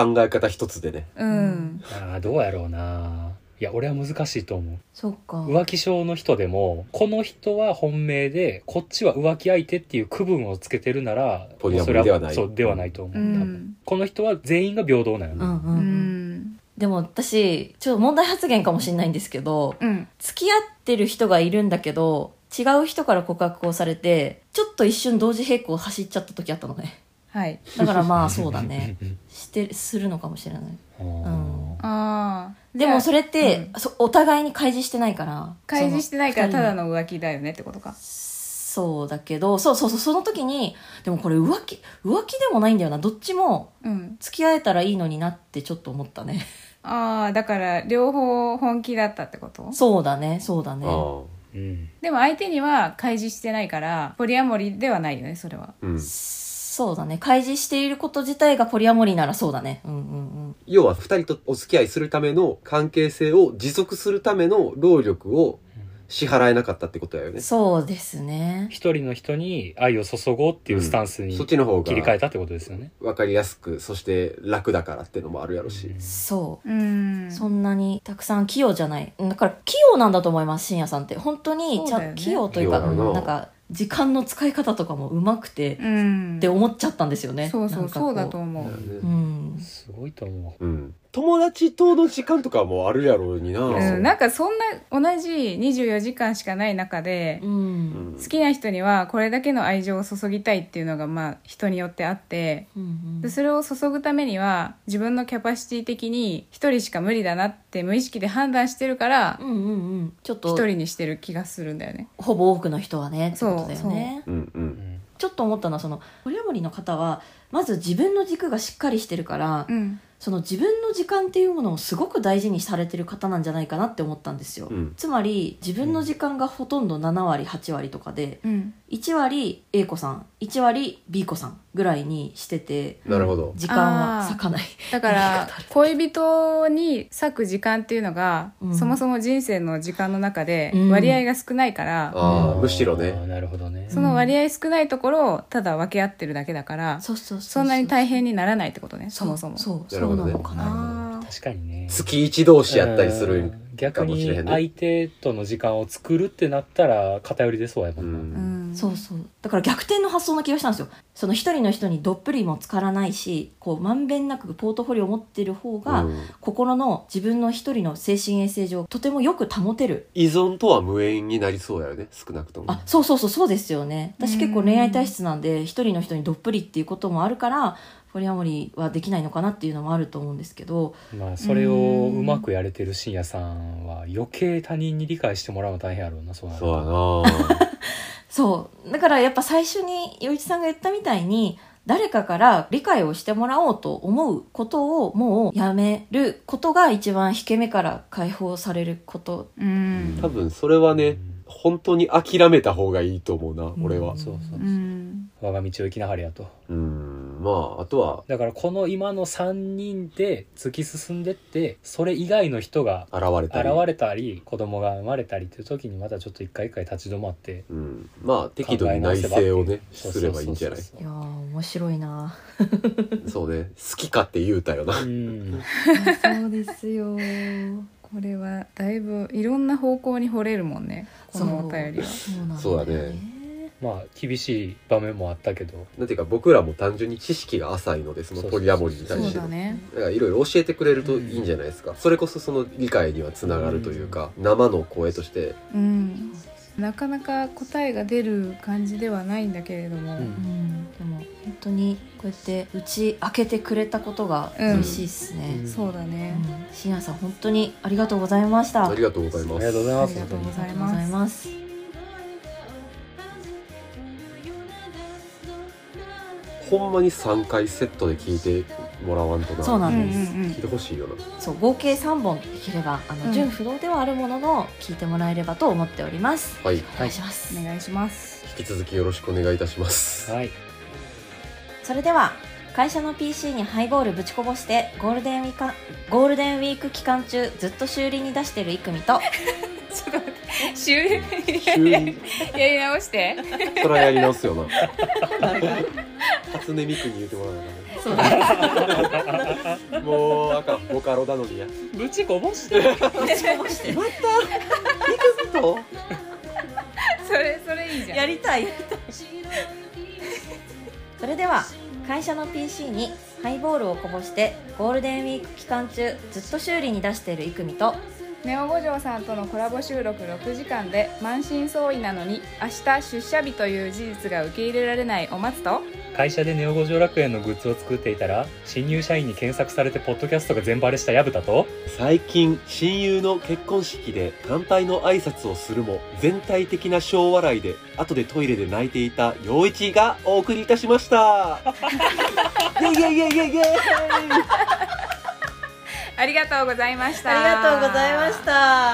Speaker 1: うん
Speaker 4: 考え方一つでね。
Speaker 2: うん、
Speaker 3: ああどうやろうないや俺は難しいと思う
Speaker 1: そっか
Speaker 3: 浮気症の人でもこの人は本命でこっちは浮気相手っていう区分をつけてるなら
Speaker 4: ポリアモリー
Speaker 3: それ
Speaker 4: ではない
Speaker 3: そうではないと思う、
Speaker 2: う
Speaker 3: 多
Speaker 2: ん
Speaker 3: 分この人は全員が平等なの、
Speaker 1: う
Speaker 3: ね
Speaker 1: んう
Speaker 2: うん
Speaker 1: うん
Speaker 2: ん
Speaker 1: でも私ちょっと問題発言かもしれないんですけど
Speaker 2: うん
Speaker 1: 付き合ってる人がいるんだけど違う人から告白をされてちょっと一瞬同時並行走っちゃった時あったのね
Speaker 2: はい
Speaker 1: だからまあそうだ
Speaker 3: <laughs>
Speaker 1: ねしてするのかもしれない
Speaker 3: うん
Speaker 2: ああ
Speaker 1: でもそ
Speaker 2: れ
Speaker 1: れって、
Speaker 2: う
Speaker 1: そお互いに開示してないから
Speaker 2: 開示してないから
Speaker 1: その
Speaker 2: ただの浮気だよねってことか
Speaker 1: そうだけどそうそうそうその時にでもこれ浮気浮気でもないんだよなどっちも
Speaker 2: うん
Speaker 1: 付き合えたらいいのになってちょっと思ったね
Speaker 2: ああだから両方本気だったってこと
Speaker 1: そうだねそうだね
Speaker 4: あ
Speaker 3: うん
Speaker 2: でも相手には開示してないからポリアモリではないよねそれは
Speaker 4: あ。うん。
Speaker 1: そうだね開示していること自体がポリアモリーならそうだねうんうん
Speaker 4: 要は二人とお付き合いするための関係性を持続するための労力を支払えなかったってことだよね。
Speaker 1: そうですね。
Speaker 3: 一人の人に愛を注ごうっていうスタンスに
Speaker 4: そっちの方が
Speaker 3: 切り替えたってことですよね。
Speaker 4: 分かりやすくそして楽だからってのもあるやろし、
Speaker 1: そう。
Speaker 2: うん
Speaker 1: そんなにたくさん器用じゃない。だから器用なんだと思います、深夜さんって。本当に、
Speaker 2: そう
Speaker 1: ちゃ
Speaker 2: だよ
Speaker 1: ん
Speaker 2: ね
Speaker 1: 器用というか、
Speaker 4: 器用だな
Speaker 1: なんか、時間の使い方とかもうまくて、
Speaker 2: うん
Speaker 1: って思っちゃったんですよね。
Speaker 2: そうそ
Speaker 1: なん
Speaker 2: う
Speaker 1: かこ
Speaker 2: そうだと思う
Speaker 1: うん。
Speaker 3: すごいと思う。
Speaker 4: うん、友達との時間とかもあるやろうにな、
Speaker 3: う
Speaker 2: うん、なんかそんな同じ24時間しかない中で、
Speaker 1: うん。
Speaker 2: 好きな人にはこれだけの愛情を注ぎたいっていうのがまあ人によってあって
Speaker 1: うん
Speaker 2: でそれを注ぐためには自分のキャパシティ的に一人しか無理だなって無意識で判断してるから
Speaker 1: うんうんうん。ちょっ
Speaker 2: 一
Speaker 1: と、
Speaker 2: 人にしてる気がするんだよね。
Speaker 1: ほぼ多くの人はね、ってことだよ
Speaker 2: そうそう
Speaker 1: ね。
Speaker 4: うんう
Speaker 3: うんん
Speaker 1: ちょっと思ったのは、その、お料理の方は、まず自分の軸がしっかりしてるから、
Speaker 2: うん、
Speaker 1: その自分の時間っていうものをすごく大事にされてる方なんじゃないかなって思ったんですよ、
Speaker 4: うん
Speaker 1: つまり自分の時間がほとんど7割8割とかで
Speaker 2: うん、
Speaker 1: 1割 A 子さん1割 B 子さんぐらいにしてて
Speaker 4: なるほど、
Speaker 1: 時間は割かない
Speaker 2: だから恋人に割く時間っていうのが、
Speaker 1: うん
Speaker 2: そもそも人生の時間の中で
Speaker 1: うん
Speaker 2: 割合が少ないから、
Speaker 4: ああ
Speaker 3: うん
Speaker 4: むしろ
Speaker 3: あー
Speaker 4: ね
Speaker 3: なるほどね。
Speaker 2: その割合少ないところをただ分け合ってるだけだから、
Speaker 1: そうそうそう
Speaker 2: そんなに大変にならないってことねそもそも
Speaker 1: そうそう
Speaker 4: なるほどね
Speaker 1: そうなのかな
Speaker 2: あー
Speaker 3: 確かにね。
Speaker 4: 月一同士やったりす
Speaker 3: う
Speaker 4: る
Speaker 3: ん
Speaker 4: か
Speaker 3: 逆
Speaker 4: もしれへ
Speaker 3: に
Speaker 4: んね
Speaker 3: 相手との時間を作るってなったら偏りでそうやも
Speaker 4: うん
Speaker 3: な。
Speaker 2: うんん、
Speaker 1: そうそうだから逆転の発想な気がしたんですよその一人の人にどっぷりも浸からないしこうまんべんなくポートフォリオを持ってる方が、
Speaker 4: うん
Speaker 1: 心の自分の一人の精神衛生上とてもよく保てる
Speaker 4: 依存とは無縁になりそうやよね少なくとも
Speaker 1: あそうそうそうそうですよね私結構
Speaker 2: うん
Speaker 1: 恋愛体質なんで一人の人にどっぷりっていうこともあるからポリアモリーはできないのかなっていうのもあると思うんですけど
Speaker 3: まあそれをうまくやれてる深夜さんは余計他人に理解してもらうの大変やろうなそうなると
Speaker 4: そうやな
Speaker 1: そうだからやっぱ最初に余一さんが言ったみたいに誰かから理解をしてもらおうと思うことをもうやめることが一番引け目から解放されること
Speaker 2: うん
Speaker 4: 多分それはね
Speaker 3: うん
Speaker 4: 本当に諦めた方がいいと思うな俺は
Speaker 3: そうそう
Speaker 2: う、ん
Speaker 3: 我が道を行きなはれやと
Speaker 4: うんまああとは
Speaker 3: だからこの今の3人で突き進んでってそれ以外の人が
Speaker 4: 現れ
Speaker 3: 現
Speaker 4: たり
Speaker 3: れたり子供が生まれたりっていう時にまたちょっと一回一回立ち止まって
Speaker 4: うん、まあ適
Speaker 3: 考
Speaker 4: 度
Speaker 3: え
Speaker 4: に
Speaker 3: 直
Speaker 4: 内
Speaker 3: せばってい
Speaker 4: 省
Speaker 3: う
Speaker 4: をねすればいいんじゃない
Speaker 3: そう
Speaker 1: い
Speaker 3: そう
Speaker 1: や
Speaker 3: そう
Speaker 1: ー面白いな
Speaker 4: そうね好きかって言うたよな
Speaker 3: そううん
Speaker 2: <laughs> そうです
Speaker 1: <laughs>
Speaker 2: よこれはだいぶいろんな方向に掘れるもんねこのお便りは
Speaker 1: そうなんだよ
Speaker 4: そうだね
Speaker 3: まあ厳しい場面もあったけど
Speaker 4: なんていうか僕らも単純に知識が浅いのでそのポリアモリーに
Speaker 3: そ
Speaker 4: 対
Speaker 3: う
Speaker 2: そう
Speaker 4: して
Speaker 2: だ
Speaker 4: の
Speaker 2: ね
Speaker 4: だからいろいろ教えてくれるといいんじゃないですか、それこそその理解にはつながるというか、生の声として
Speaker 2: うんなかなか答えが出る感じではないんだけれども、
Speaker 3: うん
Speaker 1: うんでも本当にこうやってうち開けてくれたことが嬉しいですね、
Speaker 3: うん
Speaker 2: そうだね、
Speaker 1: 深夜さん本当にありがとうございました。
Speaker 4: ありがとうござい
Speaker 3: あり
Speaker 4: ます
Speaker 3: がとうござい
Speaker 2: あ
Speaker 3: ま
Speaker 2: り
Speaker 3: す
Speaker 2: がとうござい
Speaker 1: ありがとうご
Speaker 2: ま
Speaker 1: ざい
Speaker 2: す
Speaker 1: ます。
Speaker 4: ほんまに3回セットで聞いてもらわんとな
Speaker 1: そうな
Speaker 2: うんん
Speaker 1: で
Speaker 2: う
Speaker 1: す。
Speaker 2: んうん
Speaker 4: 聞いてほしいよな
Speaker 1: そう合計3本できればあの、
Speaker 2: うん
Speaker 1: 純不動ではあるものの聞いてもらえればと思っております。
Speaker 4: はい引
Speaker 1: お願いします。
Speaker 2: お願いし
Speaker 4: <laughs>
Speaker 2: ます
Speaker 4: き続きよろしくお願いいたします
Speaker 3: はい
Speaker 1: それでは会社の PC にハイボールぶちこぼしてゴールデンウィークゴールデンウィーク期間中ずっと修理に出してるイクミと
Speaker 2: ちょっと待って終了
Speaker 4: 急に
Speaker 2: やり直して
Speaker 4: それはやり直すよ <laughs> な初音ミクに言うてもらわなあかんね
Speaker 1: そうだ
Speaker 4: もうあかんボカロだのにや
Speaker 3: ぶちこぼして
Speaker 1: ぶちこぼして
Speaker 4: またミクと
Speaker 2: <laughs> それそれいいじゃん
Speaker 1: やりたい <laughs> それでは会社の PC にハイボールをこぼしてゴールデンウィーク期間中ずっと修理に出しているイクミと
Speaker 2: ネオ五条さんとのコラボ収録6時間で満身創痍なのに明日出社日という事実が受け入れられないお松と
Speaker 3: 会社でネオ五条楽園のグッズを作っていたら新入社員に検索されてポッドキャストが全バレした薮田と
Speaker 4: 最近親友の結婚式で乾杯の挨拶をするも全体的な小笑いで後でトイレで泣いていた陽一がお送りいたしました <laughs> イェイイェイイェイイェイイェイ
Speaker 2: ありがとうございました
Speaker 1: ありがとうございました。